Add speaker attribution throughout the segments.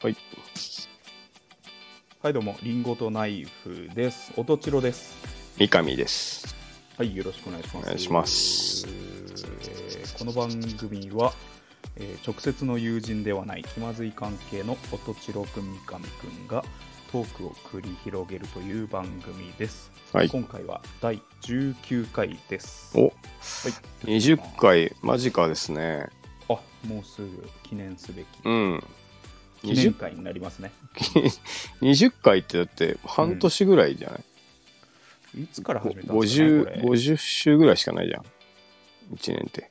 Speaker 1: はい。
Speaker 2: はい、どうも、リンゴとナイフです。おとちろです。
Speaker 1: 三上です。
Speaker 2: はい、よろしくお願いします。
Speaker 1: お願いします
Speaker 2: えーこの番組は、えー直接の友人ではない気まずい関係のおとちろくん、三上くんがトークを繰り広げるという番組です。
Speaker 1: はい。
Speaker 2: 今回は第19回です。
Speaker 1: お、
Speaker 2: はい、
Speaker 1: 20回間近ですね。
Speaker 2: あ、もうすぐ記念すべき。
Speaker 1: うん。
Speaker 2: 記念
Speaker 1: 20
Speaker 2: 回になりますね。
Speaker 1: 20回ってだって半年ぐらいじゃない、
Speaker 2: いつから始めたんですかね、これ
Speaker 1: ?50、50週ぐらいしかないじゃん。1年って。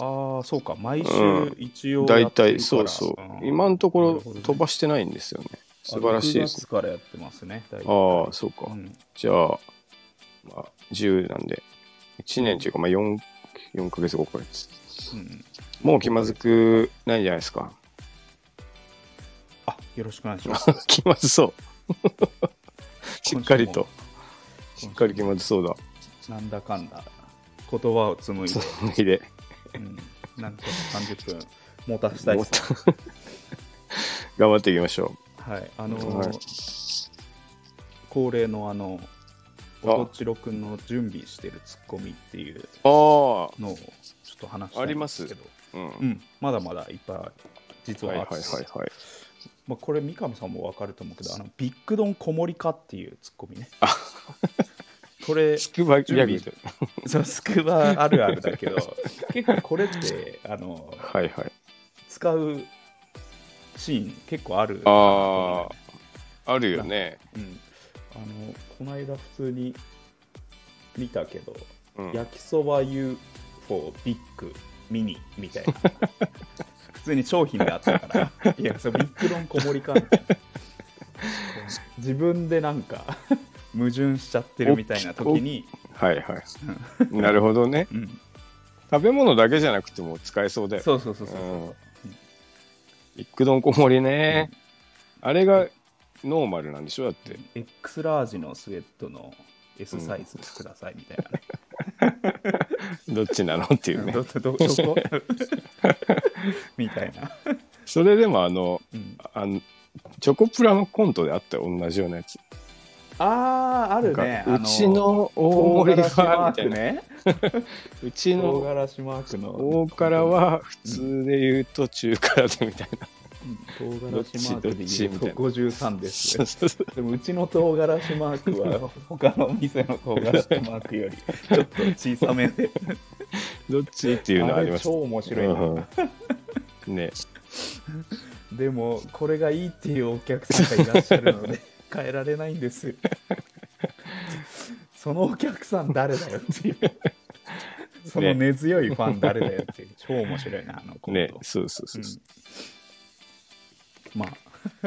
Speaker 2: ああ、そうか、毎週
Speaker 1: うん
Speaker 2: 一応や
Speaker 1: 大
Speaker 2: ってる
Speaker 1: 体
Speaker 2: から、
Speaker 1: そうそう。
Speaker 2: ん
Speaker 1: 今のと
Speaker 2: な
Speaker 1: こ
Speaker 2: るほ
Speaker 1: ろ
Speaker 2: どね
Speaker 1: 飛ばしてないんですよね。素晴らしいで
Speaker 2: あ6
Speaker 1: す。
Speaker 2: 月からやってますね、大体
Speaker 1: ああ、そうか。
Speaker 2: うん
Speaker 1: じゃあ、まあ、10なんで、1年というか、まあ4、4ヶ月、5ヶ月。
Speaker 2: うん
Speaker 1: もう気まずくないじゃないですか。
Speaker 2: あよろしくお願いし ます。
Speaker 1: 気まず そう。しっかりと。しっかり気まずそうだ。
Speaker 2: なんだかんだ、言葉を紡いで
Speaker 1: そ、れで。
Speaker 2: うん、なんとか30分持たせたいですね。
Speaker 1: もっと 頑張っていきましょ
Speaker 2: はい、あのー
Speaker 1: はい
Speaker 2: 恒例のあの、
Speaker 1: あ
Speaker 2: おとちろくんの準備してるツッコミっていう
Speaker 1: う。あ
Speaker 2: のをちょっと話したいんですけど、
Speaker 1: あ。うん。はい
Speaker 2: うん、まだまだいっぱい実
Speaker 1: は
Speaker 2: はいあ
Speaker 1: は
Speaker 2: っ
Speaker 1: い
Speaker 2: て、
Speaker 1: はい。
Speaker 2: まあ、これ三上さんも分かると思うけどあのビッグドン小森かっていうツッコミね
Speaker 1: あ
Speaker 2: これ
Speaker 1: つくばギャグみたいな。
Speaker 2: そうスクバあるあるだけど結構これってあの
Speaker 1: はいはい。
Speaker 2: 使うシーン結構ある
Speaker 1: ああ。あるよね。
Speaker 2: うん、あのこの間普通に見たけど、
Speaker 1: うん。
Speaker 2: 焼きそば UFO ビッグミニみたいな普通に商品があったからいやそれビッグロン小森かみたいな自分でなんか矛盾しちゃってるみたいな時に、
Speaker 1: はいはい。なるほどね。
Speaker 2: うん、
Speaker 1: 食べ物だけじゃなくても使えそうだよ。
Speaker 2: そうそうそうそう、
Speaker 1: うんビッグ丼小盛りね。あれがノーマルなんでしょだって。
Speaker 2: X ラージのスウェットの S サイズくださいみたいなね、
Speaker 1: どっちなのっていうね
Speaker 2: ど。どどどこみたいな、
Speaker 1: それでもあの、
Speaker 2: うん、
Speaker 1: あのチョコプラのコントであったよ同じようなやつ。
Speaker 2: あああるね
Speaker 1: なんかうちの大盛りはみたいな、
Speaker 2: ね
Speaker 1: うち
Speaker 2: 唐
Speaker 1: の
Speaker 2: 辛子マークの
Speaker 1: 大辛は普通で言うと中辛でみたいな、
Speaker 2: 唐辛子マークで言
Speaker 1: ど
Speaker 2: うと
Speaker 1: っちどっちみたいな
Speaker 2: 53です
Speaker 1: そうそうそう
Speaker 2: でもうちの唐辛子マーク は他のお店の唐辛子マークよりちょっと小さめで
Speaker 1: どっちっていうのあります
Speaker 2: 超面白いな、
Speaker 1: うんね
Speaker 2: でもこれがいいっていうお客さんがいらっしゃるの で変えられないんですそのお客さん誰だよっていうその根強いファン誰だよっていう超面白いなあのコント、
Speaker 1: ねそうそうそう、
Speaker 2: うんまあ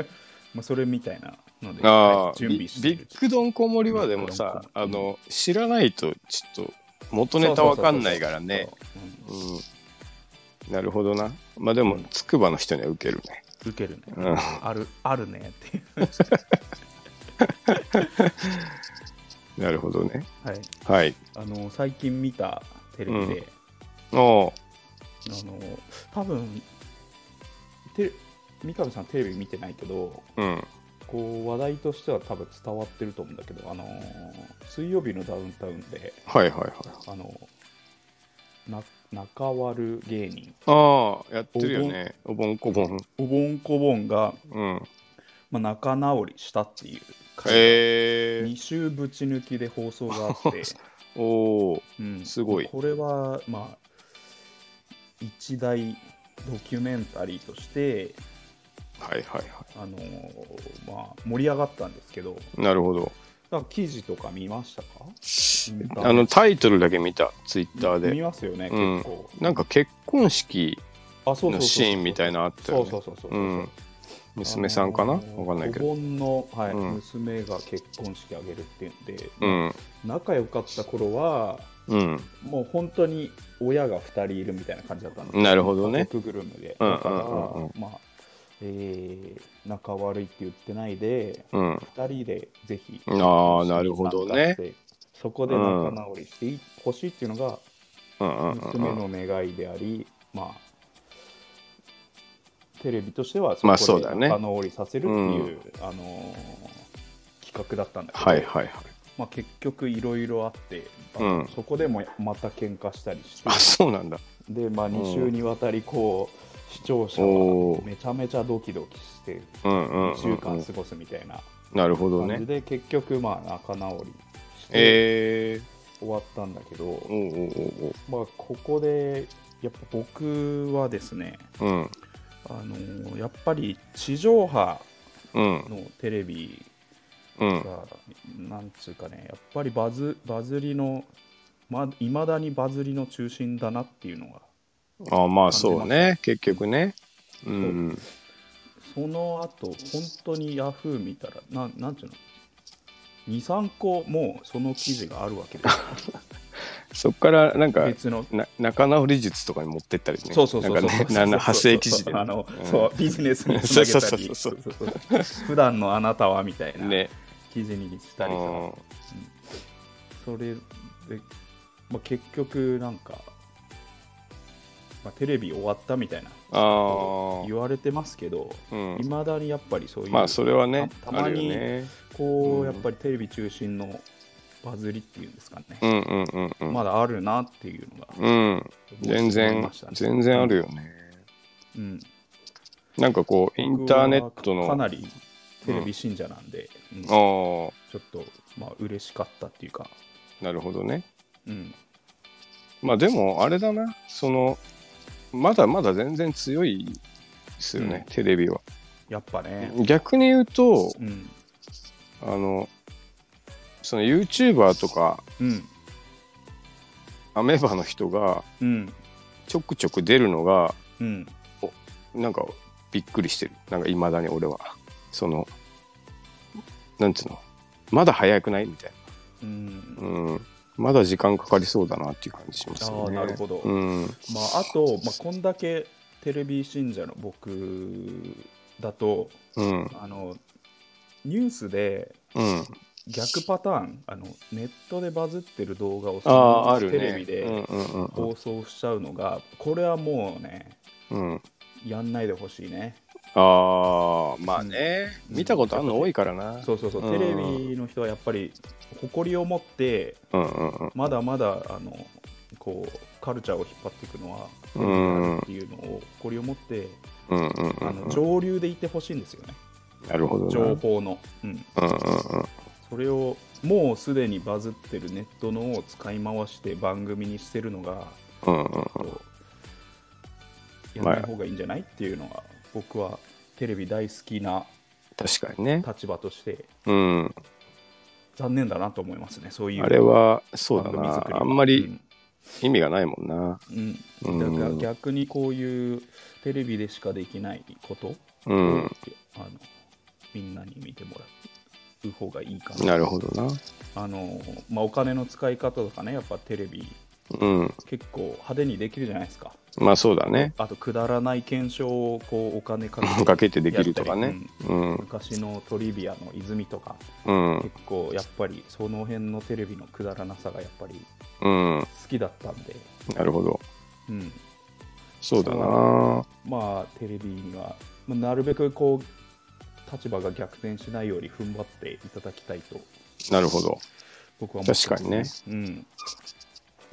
Speaker 2: まあそれみたいなので
Speaker 1: ああ
Speaker 2: 準備して
Speaker 1: ビ
Speaker 2: る
Speaker 1: ビッグドン小盛りはでもさ
Speaker 2: ビッグドン小盛り
Speaker 1: あの知らないとちょっと元ネタわかんないからね
Speaker 2: そうそうそう
Speaker 1: う
Speaker 2: そう、
Speaker 1: んなるほどなまあでもつくばの人にはウケるね
Speaker 2: うんウケるね、
Speaker 1: うん
Speaker 2: あるある ねっていう
Speaker 1: なるほどね
Speaker 2: はい
Speaker 1: はい
Speaker 2: あの最近見たテレビで、
Speaker 1: お
Speaker 2: あの多分て三上さんテレビ見てないけど
Speaker 1: ううん
Speaker 2: こう話題としては多分伝わってると思うんだけど、あの水曜日のダウンタウンで、
Speaker 1: はいはいはい
Speaker 2: あのな中割る芸人
Speaker 1: ああやってるよねおぼんこぼん
Speaker 2: おぼんこぼんが、
Speaker 1: うん
Speaker 2: まあ、仲直りしたっていう回
Speaker 1: え
Speaker 2: 2
Speaker 1: ー、
Speaker 2: 週ぶち抜きで放送があ って、
Speaker 1: おお
Speaker 2: うん
Speaker 1: すごい
Speaker 2: これは、まあ、一大ドキュメンタリーとして、
Speaker 1: はいはいは
Speaker 2: あのまあ、盛り上がったんですけど
Speaker 1: いなるほど
Speaker 2: なんか記事とか見ましたか
Speaker 1: あのタイトルだけ見たツイッター
Speaker 2: 見
Speaker 1: で
Speaker 2: ますよね、
Speaker 1: うん
Speaker 2: 結構
Speaker 1: なんか結婚式
Speaker 2: あそうそ
Speaker 1: の
Speaker 2: うそうそう
Speaker 1: シーンみたいなあったよね
Speaker 2: そうそうそうそう、
Speaker 1: うん娘さんかな
Speaker 2: あ
Speaker 1: わ
Speaker 2: のー
Speaker 1: かんないけど
Speaker 2: お盆の、はい
Speaker 1: うん
Speaker 2: 娘が結婚式あげるっていうんで、
Speaker 1: うん
Speaker 2: 仲良かった頃は
Speaker 1: うん
Speaker 2: もう本当に親が2人いるみたいな感じだったんです
Speaker 1: なるほどね
Speaker 2: 家族グルメで、
Speaker 1: うん
Speaker 2: だから、
Speaker 1: うんうんうん
Speaker 2: まあえー仲悪いって言ってないで
Speaker 1: うん
Speaker 2: 2人でぜひ
Speaker 1: あーなるほどね
Speaker 2: そこで仲直りしてほしいっていうのが
Speaker 1: うんうんうん
Speaker 2: 娘の願いであり、まあテレビとしては
Speaker 1: まあ
Speaker 2: そ
Speaker 1: そう
Speaker 2: こで
Speaker 1: だね
Speaker 2: 仲直りさせるっていう、あのー企画だったんだけど、
Speaker 1: はいはいはい。
Speaker 2: まあ、結局いろいろあって、あ
Speaker 1: うん
Speaker 2: そこでもまた喧嘩したりして
Speaker 1: あ、そうなんだ。
Speaker 2: で、まあ、
Speaker 1: ん
Speaker 2: 2週にわたりこう視聴者
Speaker 1: お
Speaker 2: は
Speaker 1: ー
Speaker 2: めちゃめちゃドキドキして
Speaker 1: うんうん
Speaker 2: 2週
Speaker 1: うん、う
Speaker 2: 間
Speaker 1: ん。
Speaker 2: 過ごすみたいな
Speaker 1: なるほど
Speaker 2: 感じ
Speaker 1: ね。
Speaker 2: で結局まあ仲直りして
Speaker 1: え
Speaker 2: 終わったんだけど
Speaker 1: ー、、おうおう
Speaker 2: まあ、ここでやっぱ僕はですね
Speaker 1: おうおう。
Speaker 2: あのーやっぱり地上波
Speaker 1: うん。うん。
Speaker 2: のテレビ
Speaker 1: うん。
Speaker 2: が、なんつうかねやっぱりバズバズりのいまだにバズりの中心だなっていうのが
Speaker 1: あまあそうね。結局ね。うん。
Speaker 2: その後本当にヤフー見たらなんなんていうの23個もうその記事があるわけですよ
Speaker 1: そっからなんか、
Speaker 2: 別の
Speaker 1: な仲直り術とかに持ってったりね。
Speaker 2: そうそうそう
Speaker 1: な
Speaker 2: そ
Speaker 1: んか
Speaker 2: うそう
Speaker 1: ねなな派生記事でね。
Speaker 2: あの、
Speaker 1: うん
Speaker 2: そうビジネスにつなげたり
Speaker 1: そうそう
Speaker 2: そうそう普段のあなたはみたいな
Speaker 1: ね。
Speaker 2: 記事にしたりさ、
Speaker 1: うん
Speaker 2: それで、まあ、結局なんか、まあ、テレビ終わったみたいな
Speaker 1: あ
Speaker 2: 言われてますけど
Speaker 1: あ。う
Speaker 2: い
Speaker 1: ん。
Speaker 2: まだにやっぱりそういう、
Speaker 1: まあそれはね、
Speaker 2: たたまに
Speaker 1: あるよね。
Speaker 2: こう、
Speaker 1: うん
Speaker 2: やっぱりテレビ中心のバズりっていうんですかね、
Speaker 1: うんうんうんうん。
Speaker 2: まだあるなっていうのが、
Speaker 1: うん。全
Speaker 2: 思い
Speaker 1: 然
Speaker 2: ました、ね
Speaker 1: 全然あるよね。
Speaker 2: うん、
Speaker 1: なんかこう、インターネットの。
Speaker 2: 僕はかなりテレビ信者なんで、うんちょ
Speaker 1: あ
Speaker 2: っとまあ嬉しかったっていうか、
Speaker 1: あ、なるほどね。
Speaker 2: うん、
Speaker 1: まあでも、あれだな、その、まだまだ全然強いですよね、
Speaker 2: う
Speaker 1: テレビは。
Speaker 2: やっぱね、
Speaker 1: 逆に言うと、
Speaker 2: うん、
Speaker 1: あの、その YouTuber とか、
Speaker 2: うん、
Speaker 1: アメーバの人が、
Speaker 2: うん、
Speaker 1: ちょくちょく出るのが、
Speaker 2: うん、
Speaker 1: なんか、びっくりしてる。なんか、いまだに俺は。その、なんつうの、まだ早くないみたい
Speaker 2: うん
Speaker 1: な。うん。まだ時間かかりそうだなっていう感じしますよね。
Speaker 2: あーなるほど
Speaker 1: うん。
Speaker 2: まあ、あと、まあ、こんだけテレビ信者の僕だと
Speaker 1: うん。
Speaker 2: あのニュースで
Speaker 1: うん。
Speaker 2: 逆パターンあのネットでバズってる動画をそ
Speaker 1: あ
Speaker 2: のま
Speaker 1: あ、
Speaker 2: ま
Speaker 1: あるね。
Speaker 2: テレビで
Speaker 1: うんうんうん
Speaker 2: 放送しちゃうのがこれはもうね
Speaker 1: うん。うん
Speaker 2: やんないでほしいね
Speaker 1: ああ、まあね。
Speaker 2: うん
Speaker 1: 見たことあるの多いからな。
Speaker 2: そうそうそう、
Speaker 1: うん
Speaker 2: テレビの人はやっぱり誇りを持って
Speaker 1: うんうんうん。
Speaker 2: まだまだあのこうカルチャーを引っ張っていくのはテレビであるっていうのを誇りを持って
Speaker 1: うんうんうん
Speaker 2: あの上流でいてほしいんですよね
Speaker 1: なるほどな。
Speaker 2: 情報の、うん、
Speaker 1: うんうんうん。
Speaker 2: それをもうすでにバズってるネットのを使い回して番組にしてるのが
Speaker 1: うんうんうん
Speaker 2: こうやんない方がいいんじゃないっていうのが僕はテレビ大好きな
Speaker 1: 確かにね。
Speaker 2: 立場として
Speaker 1: うん。
Speaker 2: 残念だなと思いますねそういう
Speaker 1: あれは、そうだ
Speaker 2: 番組
Speaker 1: な
Speaker 2: 作。りは
Speaker 1: あんまり意味がないもんな。
Speaker 2: うん
Speaker 1: うん
Speaker 2: うん、だから逆にこういうテレビでしかできないことを、
Speaker 1: うん。
Speaker 2: あのみんなに見てもらう方がいいかな
Speaker 1: なるほどな。
Speaker 2: あの、まあ、お金の使い方とかねやっぱテレビ
Speaker 1: うん。
Speaker 2: 結構派手にできるじゃないですか
Speaker 1: まあそうだね。
Speaker 2: あとくだらない検証をこうお金か
Speaker 1: かけてできるとか
Speaker 2: やっ
Speaker 1: ね
Speaker 2: たり。
Speaker 1: うん。
Speaker 2: 昔のトリビアの泉とか
Speaker 1: うん
Speaker 2: 結。構やっぱりその辺のテレビのくだらなさがやっぱり
Speaker 1: うん。
Speaker 2: 好きだったんで、
Speaker 1: なるほど。
Speaker 2: うん、
Speaker 1: そうだな。
Speaker 2: まあテレビには、まあ、なるべくこう立場が逆転しないように踏ん張っていただきたいと
Speaker 1: なるほど。
Speaker 2: 僕は思ってます、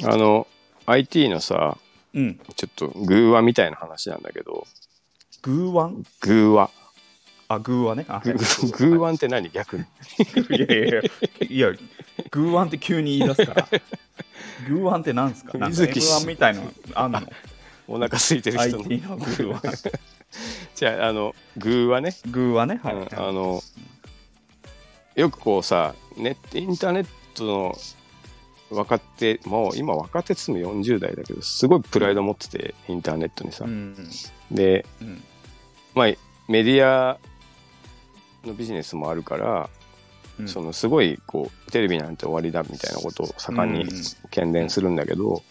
Speaker 1: あの、IT のさ、
Speaker 2: うんうん
Speaker 1: ちょっと偶話みたいな話なんだけど、
Speaker 2: 偶腕
Speaker 1: 偶話。
Speaker 2: あ偶話ねあ
Speaker 1: ぐ
Speaker 2: 腕
Speaker 1: 偶話って何逆に。
Speaker 2: いやいやいや、いや、グーワンって急に言い出すから。グーワンって何ですかなんか
Speaker 1: 水
Speaker 2: M1
Speaker 1: 木
Speaker 2: みたいなのあんの
Speaker 1: お腹空いてる人の。
Speaker 2: ?IT のグーワン。
Speaker 1: じゃあ、あの、偶話ね。
Speaker 2: グーワンね。はい。
Speaker 1: うんあのよくこうさネッインターネットの若手もう今若手っつうの40代だけどすごいプライド持っててインターネットにさ、
Speaker 2: うん、
Speaker 1: で、
Speaker 2: うん、
Speaker 1: まあ、メディアのビジネスもあるから、
Speaker 2: うん。
Speaker 1: そのすごいこうテレビなんて終わりだみたいなことを盛んに
Speaker 2: うんうん
Speaker 1: 喧伝するんだけど、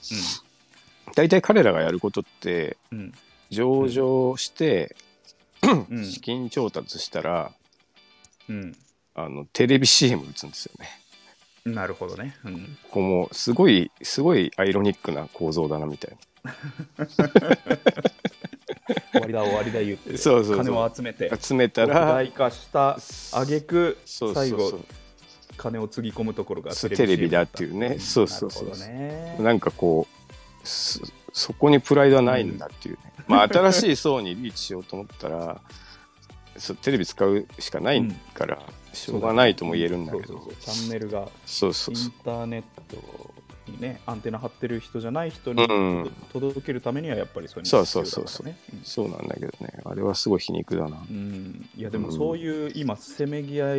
Speaker 1: 大体彼らがやることって
Speaker 2: うん。
Speaker 1: 上場して
Speaker 2: うん。
Speaker 1: 資金調達したら、
Speaker 2: うん。
Speaker 1: あのテレビ CM 打つんですよね。
Speaker 2: うん。なるほどね。うん。
Speaker 1: こうもうすごいすごいアイロニックな構造だなみたい
Speaker 2: 終わりが終わりだ言って
Speaker 1: そうそうそう
Speaker 2: 金を集めて
Speaker 1: 集めた
Speaker 2: 拡
Speaker 1: ら
Speaker 2: 大化した挙句
Speaker 1: そうそう
Speaker 2: 最
Speaker 1: そう
Speaker 2: 後金をつぎ込むところが
Speaker 1: そうテレビだっていうね
Speaker 2: CM
Speaker 1: そうそうそう
Speaker 2: なるほどね
Speaker 1: なんかこうそそこにプライドはないんだっていうね、まあ新しい層にリーチしようと思ったらそうテレビ使うしかないから、しょうがないとも言えるんだけ
Speaker 2: そう
Speaker 1: ど
Speaker 2: そうそうチャンネルが
Speaker 1: そうそう
Speaker 2: イ
Speaker 1: そう
Speaker 2: ンターネットにねアンテナ張ってる人じゃない人に
Speaker 1: うん
Speaker 2: と届けるためにはやっぱりそういう
Speaker 1: そ
Speaker 2: の
Speaker 1: う
Speaker 2: が
Speaker 1: そう
Speaker 2: 必要だ
Speaker 1: そう
Speaker 2: からねうん
Speaker 1: そうなんだけどねあれはすごい皮肉だな
Speaker 2: うんいやでもそういう今せめぎ合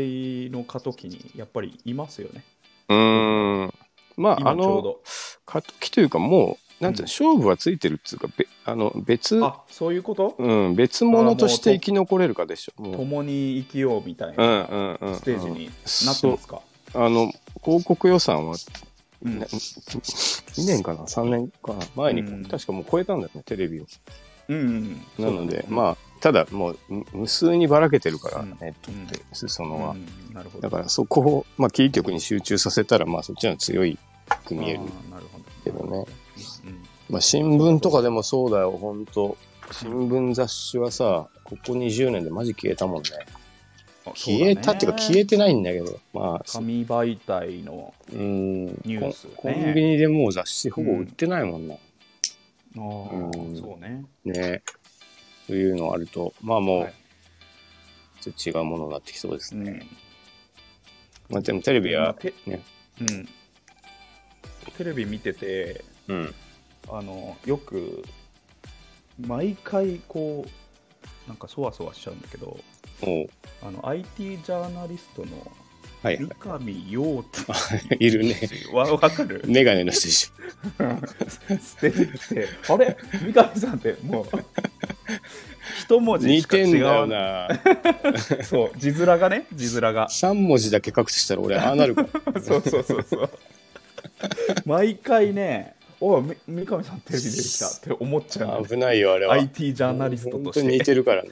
Speaker 2: いの過渡期にやっぱりいますよね
Speaker 1: うーんまああ
Speaker 2: 今ちょう
Speaker 1: の
Speaker 2: ど
Speaker 1: 過渡期というかもうなんていうの、勝負はついてるっていうかべあの別
Speaker 2: あそういうこと
Speaker 1: うん、別物として生き残れるかでしょもう
Speaker 2: 共に生きようみたい
Speaker 1: うん
Speaker 2: な
Speaker 1: うんうんうん
Speaker 2: ステージになってますか
Speaker 1: あの広告予算は
Speaker 2: うん
Speaker 1: ね、2年かな3年かな前に、
Speaker 2: うん
Speaker 1: 確かもう超えたんだよねテレビを
Speaker 2: うんうんうん
Speaker 1: なので、
Speaker 2: そう
Speaker 1: まあただもうむ無数にばらけてるから、
Speaker 2: うん
Speaker 1: ネットって裾
Speaker 2: う
Speaker 1: 野
Speaker 2: ん
Speaker 1: は、
Speaker 2: うんなるほど
Speaker 1: だからそこを、まあ、キー局に集中させたらまあそっちの方が強いく見える
Speaker 2: あーなるほど
Speaker 1: けどね
Speaker 2: うん
Speaker 1: まあ新聞とかでもそうだよ本当新聞雑誌はさここ20年でマジ消えたもんね
Speaker 2: あそうだね
Speaker 1: 消えたっていうか消えてないんだけどまあ
Speaker 2: 紙媒体の
Speaker 1: うん
Speaker 2: ニュースね
Speaker 1: コンコンビニでもう雑誌ほぼ売ってないもんな、
Speaker 2: あー
Speaker 1: うん
Speaker 2: そうね
Speaker 1: ねというのあるとまあも
Speaker 2: は
Speaker 1: う
Speaker 2: い
Speaker 1: ちょっと違うものになってきそうですね、
Speaker 2: うん
Speaker 1: まあでもテレビ
Speaker 2: まあ
Speaker 1: は
Speaker 2: テ
Speaker 1: ね
Speaker 2: うんテレビ見てて
Speaker 1: うん
Speaker 2: あのよく毎回こうなんかそわそわしちゃうんだけど
Speaker 1: もう
Speaker 2: あの IT ジャーナリストの
Speaker 1: はいは
Speaker 2: 三上洋太
Speaker 1: いいるね
Speaker 2: わわかる
Speaker 1: メガネの人でしょ
Speaker 2: 出てきてあれ三上さんってもう一文字
Speaker 1: 似
Speaker 2: しか
Speaker 1: てん
Speaker 2: 違
Speaker 1: だよ
Speaker 2: う
Speaker 1: な
Speaker 2: そう字面がね字面が
Speaker 1: 3文字だけ隠したら俺ああなるか も
Speaker 2: そうそうそうそう毎回ねおいみ三上さんテレビ出てきたって思っちゃうの
Speaker 1: 危ないよあれは
Speaker 2: IT ジャーナリストと
Speaker 1: 本
Speaker 2: して
Speaker 1: 当に似てる からね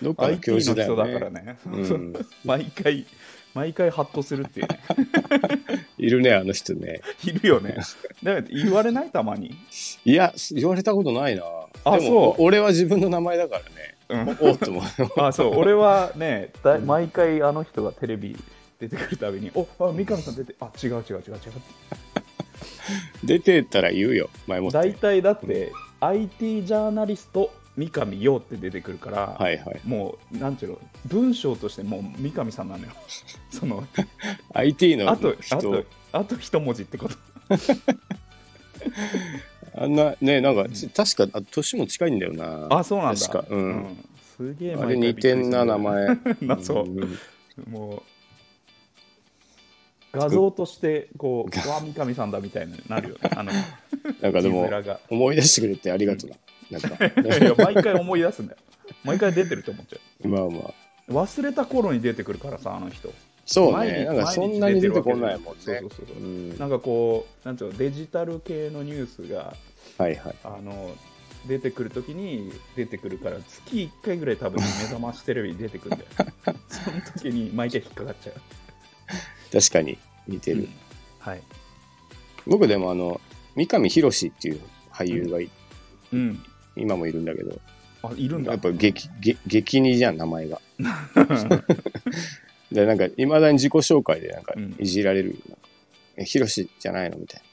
Speaker 1: どっかの
Speaker 2: IT
Speaker 1: 教
Speaker 2: の
Speaker 1: 授
Speaker 2: 人
Speaker 1: だよ
Speaker 2: だ
Speaker 1: ね
Speaker 2: からね、
Speaker 1: うん、
Speaker 2: 毎回毎回ハッとするっていうね
Speaker 1: いるねあの人ね
Speaker 2: いるよねだから言われないたまに、
Speaker 1: いや言われたことないな
Speaker 2: あ
Speaker 1: で
Speaker 2: そ
Speaker 1: も
Speaker 2: う
Speaker 1: お俺は自分の名前だからね
Speaker 2: うん、
Speaker 1: おおっとも
Speaker 2: あそう俺はねだ毎回あの人がテレビ出てくるたびに 「おあ三上さん出てあ違う違う違う違う」って
Speaker 1: 出てたら言うよ前もって
Speaker 2: 大体だって IT ジャーナリスト三上洋って出てくるから、
Speaker 1: はいはい
Speaker 2: もうなんていうの文章としてもう三上さんなのよ その
Speaker 1: IT の
Speaker 2: あと
Speaker 1: 人
Speaker 2: あとあと一文字ってこと
Speaker 1: あんなねなんか、ち確かあ年も近いんだよな
Speaker 2: あそうなんだ
Speaker 1: 確かうん
Speaker 2: んすげえ
Speaker 1: あれ似てんな名前
Speaker 2: なそう
Speaker 1: うん
Speaker 2: もう画像として こう「うわ三上さんだ」みたいになるよねあの
Speaker 1: なんかで
Speaker 2: 字
Speaker 1: も
Speaker 2: 面が
Speaker 1: 思い出してくれてありがとうな,、
Speaker 2: い
Speaker 1: なん
Speaker 2: や
Speaker 1: か
Speaker 2: いや毎回思い出すんだよ毎回出てると思っちゃ
Speaker 1: まあまあ
Speaker 2: う忘れた頃に出てくるからさあの人
Speaker 1: そう
Speaker 2: 毎
Speaker 1: ね
Speaker 2: 日
Speaker 1: なんかそんなに出てこないもん
Speaker 2: 毎
Speaker 1: ね
Speaker 2: 日出てるわけじゃないそうそうそう
Speaker 1: う
Speaker 2: そ
Speaker 1: ん
Speaker 2: うなんかこうなんていうのデジタル系のニュースが
Speaker 1: はいはい
Speaker 2: あの出てくるときに出てくるから月1回ぐらい多分目覚ましテレビに出てくるんだよその時に毎回引っかかっちゃう、
Speaker 1: 確かに似てる、
Speaker 2: はい、
Speaker 1: 僕でもあの三上博史っていう俳優がい
Speaker 2: うん、
Speaker 1: 今もいるんだけど
Speaker 2: あいるんだ
Speaker 1: やっぱ激激激似じゃん名前がでなんかいまだに自己紹介でなんか
Speaker 2: うん
Speaker 1: いじられる、なんかえヒロシじゃないのみたいな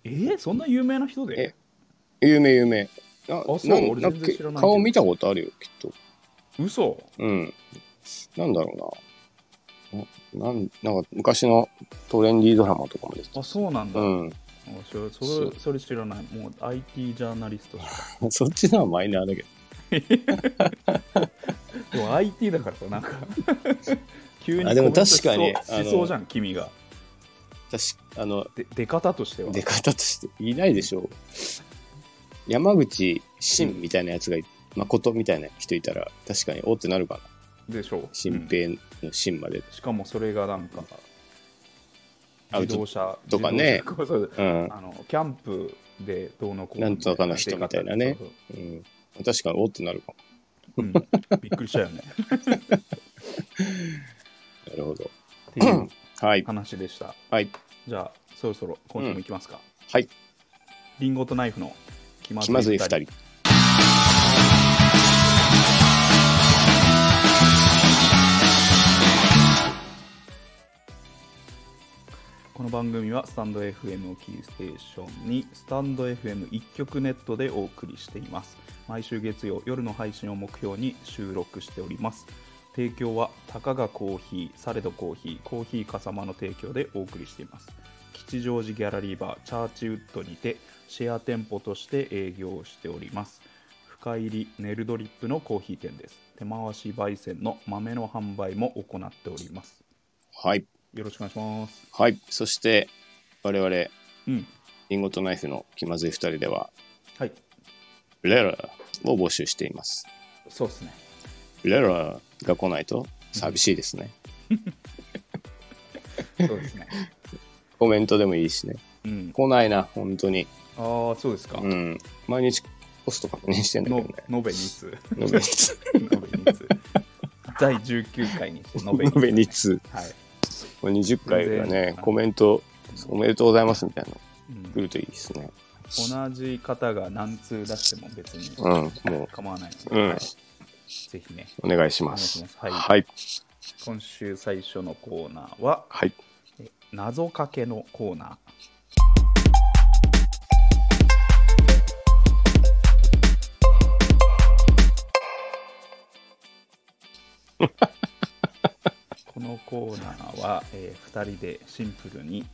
Speaker 2: えー、そんな有名な人で
Speaker 1: 有名有名な
Speaker 2: そう
Speaker 1: なん
Speaker 2: 俺
Speaker 1: なん
Speaker 2: 全
Speaker 1: か
Speaker 2: 然知らないけど
Speaker 1: 顔見たことあるよきっと
Speaker 2: 嘘
Speaker 1: うんなんだろうなななんなんか昔のトレンディードラマとかもです
Speaker 2: あそうなんだ、
Speaker 1: う
Speaker 2: あ
Speaker 1: ん
Speaker 2: そそれそれ知らないもう IT ジャーナリストしか
Speaker 1: そっちのはマイナーだけど
Speaker 2: でも IT だから さなんか急に
Speaker 1: あでも
Speaker 2: コメントしそう
Speaker 1: 確かにあの
Speaker 2: しそうじゃん君が
Speaker 1: 私あの
Speaker 2: で出方としては
Speaker 1: 出方としていないでしょう山口真みたいなやつがい誠みたいな人いたら確かにおってなるかな
Speaker 2: でしょう
Speaker 1: 新
Speaker 2: うん
Speaker 1: 平の真まで、
Speaker 2: しかもそれがなんか
Speaker 1: あ
Speaker 2: 自動車
Speaker 1: とかね
Speaker 2: 自動車そう
Speaker 1: うん
Speaker 2: あのキャンプでどうのこうの
Speaker 1: なんとかの人みたいなね
Speaker 2: 出方
Speaker 1: うん、確かにおってなるかも
Speaker 2: そうそううんびっくりしたよね
Speaker 1: なるほど
Speaker 2: っていう
Speaker 1: はい
Speaker 2: 話でした
Speaker 1: はい
Speaker 2: じゃあそろそろ今週もいきますか、
Speaker 1: はい
Speaker 2: リンゴとナイフの気ま
Speaker 1: 気まずい
Speaker 2: 二
Speaker 1: 2人
Speaker 2: の番組はスタンド FM をキーステーションにスタンド FM 一曲ネットでお送りしています毎週月曜夜の配信を目標に収録しております提供はたかがコーヒーサレドコーヒーコーヒーかさまの提供でお送りしています吉祥寺ギャラリーバーチャーチウッドにてシェア店舗として営業しております深入りネルドリップのコーヒー店です手回し焙煎の豆の販売も行っております
Speaker 1: はい。
Speaker 2: よろしくお願いします
Speaker 1: はい。そして、我々、
Speaker 2: うん
Speaker 1: リンゴとナイフの気まずい2人では、
Speaker 2: はい
Speaker 1: レラーを募集しています。
Speaker 2: そうですね
Speaker 1: レラーが来ないと寂しいですね。
Speaker 2: そうで すね
Speaker 1: コメントでもいいしね。
Speaker 2: うん
Speaker 1: 来ないな、本当に。
Speaker 2: ああそうですか、
Speaker 1: うん。毎日コスト確認してんだけ
Speaker 2: の
Speaker 1: どね。
Speaker 2: 延べ2通
Speaker 1: 延べ2
Speaker 2: 延べ2通第19回にして延べ2
Speaker 1: 延
Speaker 2: 通
Speaker 1: べ2通。
Speaker 2: はい、
Speaker 1: これ20回が
Speaker 2: 全
Speaker 1: ね
Speaker 2: 然、
Speaker 1: コメント、おめでとうございますみたいなの
Speaker 2: うん
Speaker 1: 来るといいですね。
Speaker 2: 同じ方が何通出しても別に
Speaker 1: うん、も
Speaker 2: 構わないの
Speaker 1: う、
Speaker 2: で、
Speaker 1: うん
Speaker 2: はい、、ぜひね
Speaker 1: お願いします
Speaker 2: お願いし。ます
Speaker 1: はい。
Speaker 2: 今週最初のコーナーは
Speaker 1: はい。
Speaker 2: え謎かけのコー ナーこのコーナーは、え2人でシンプルに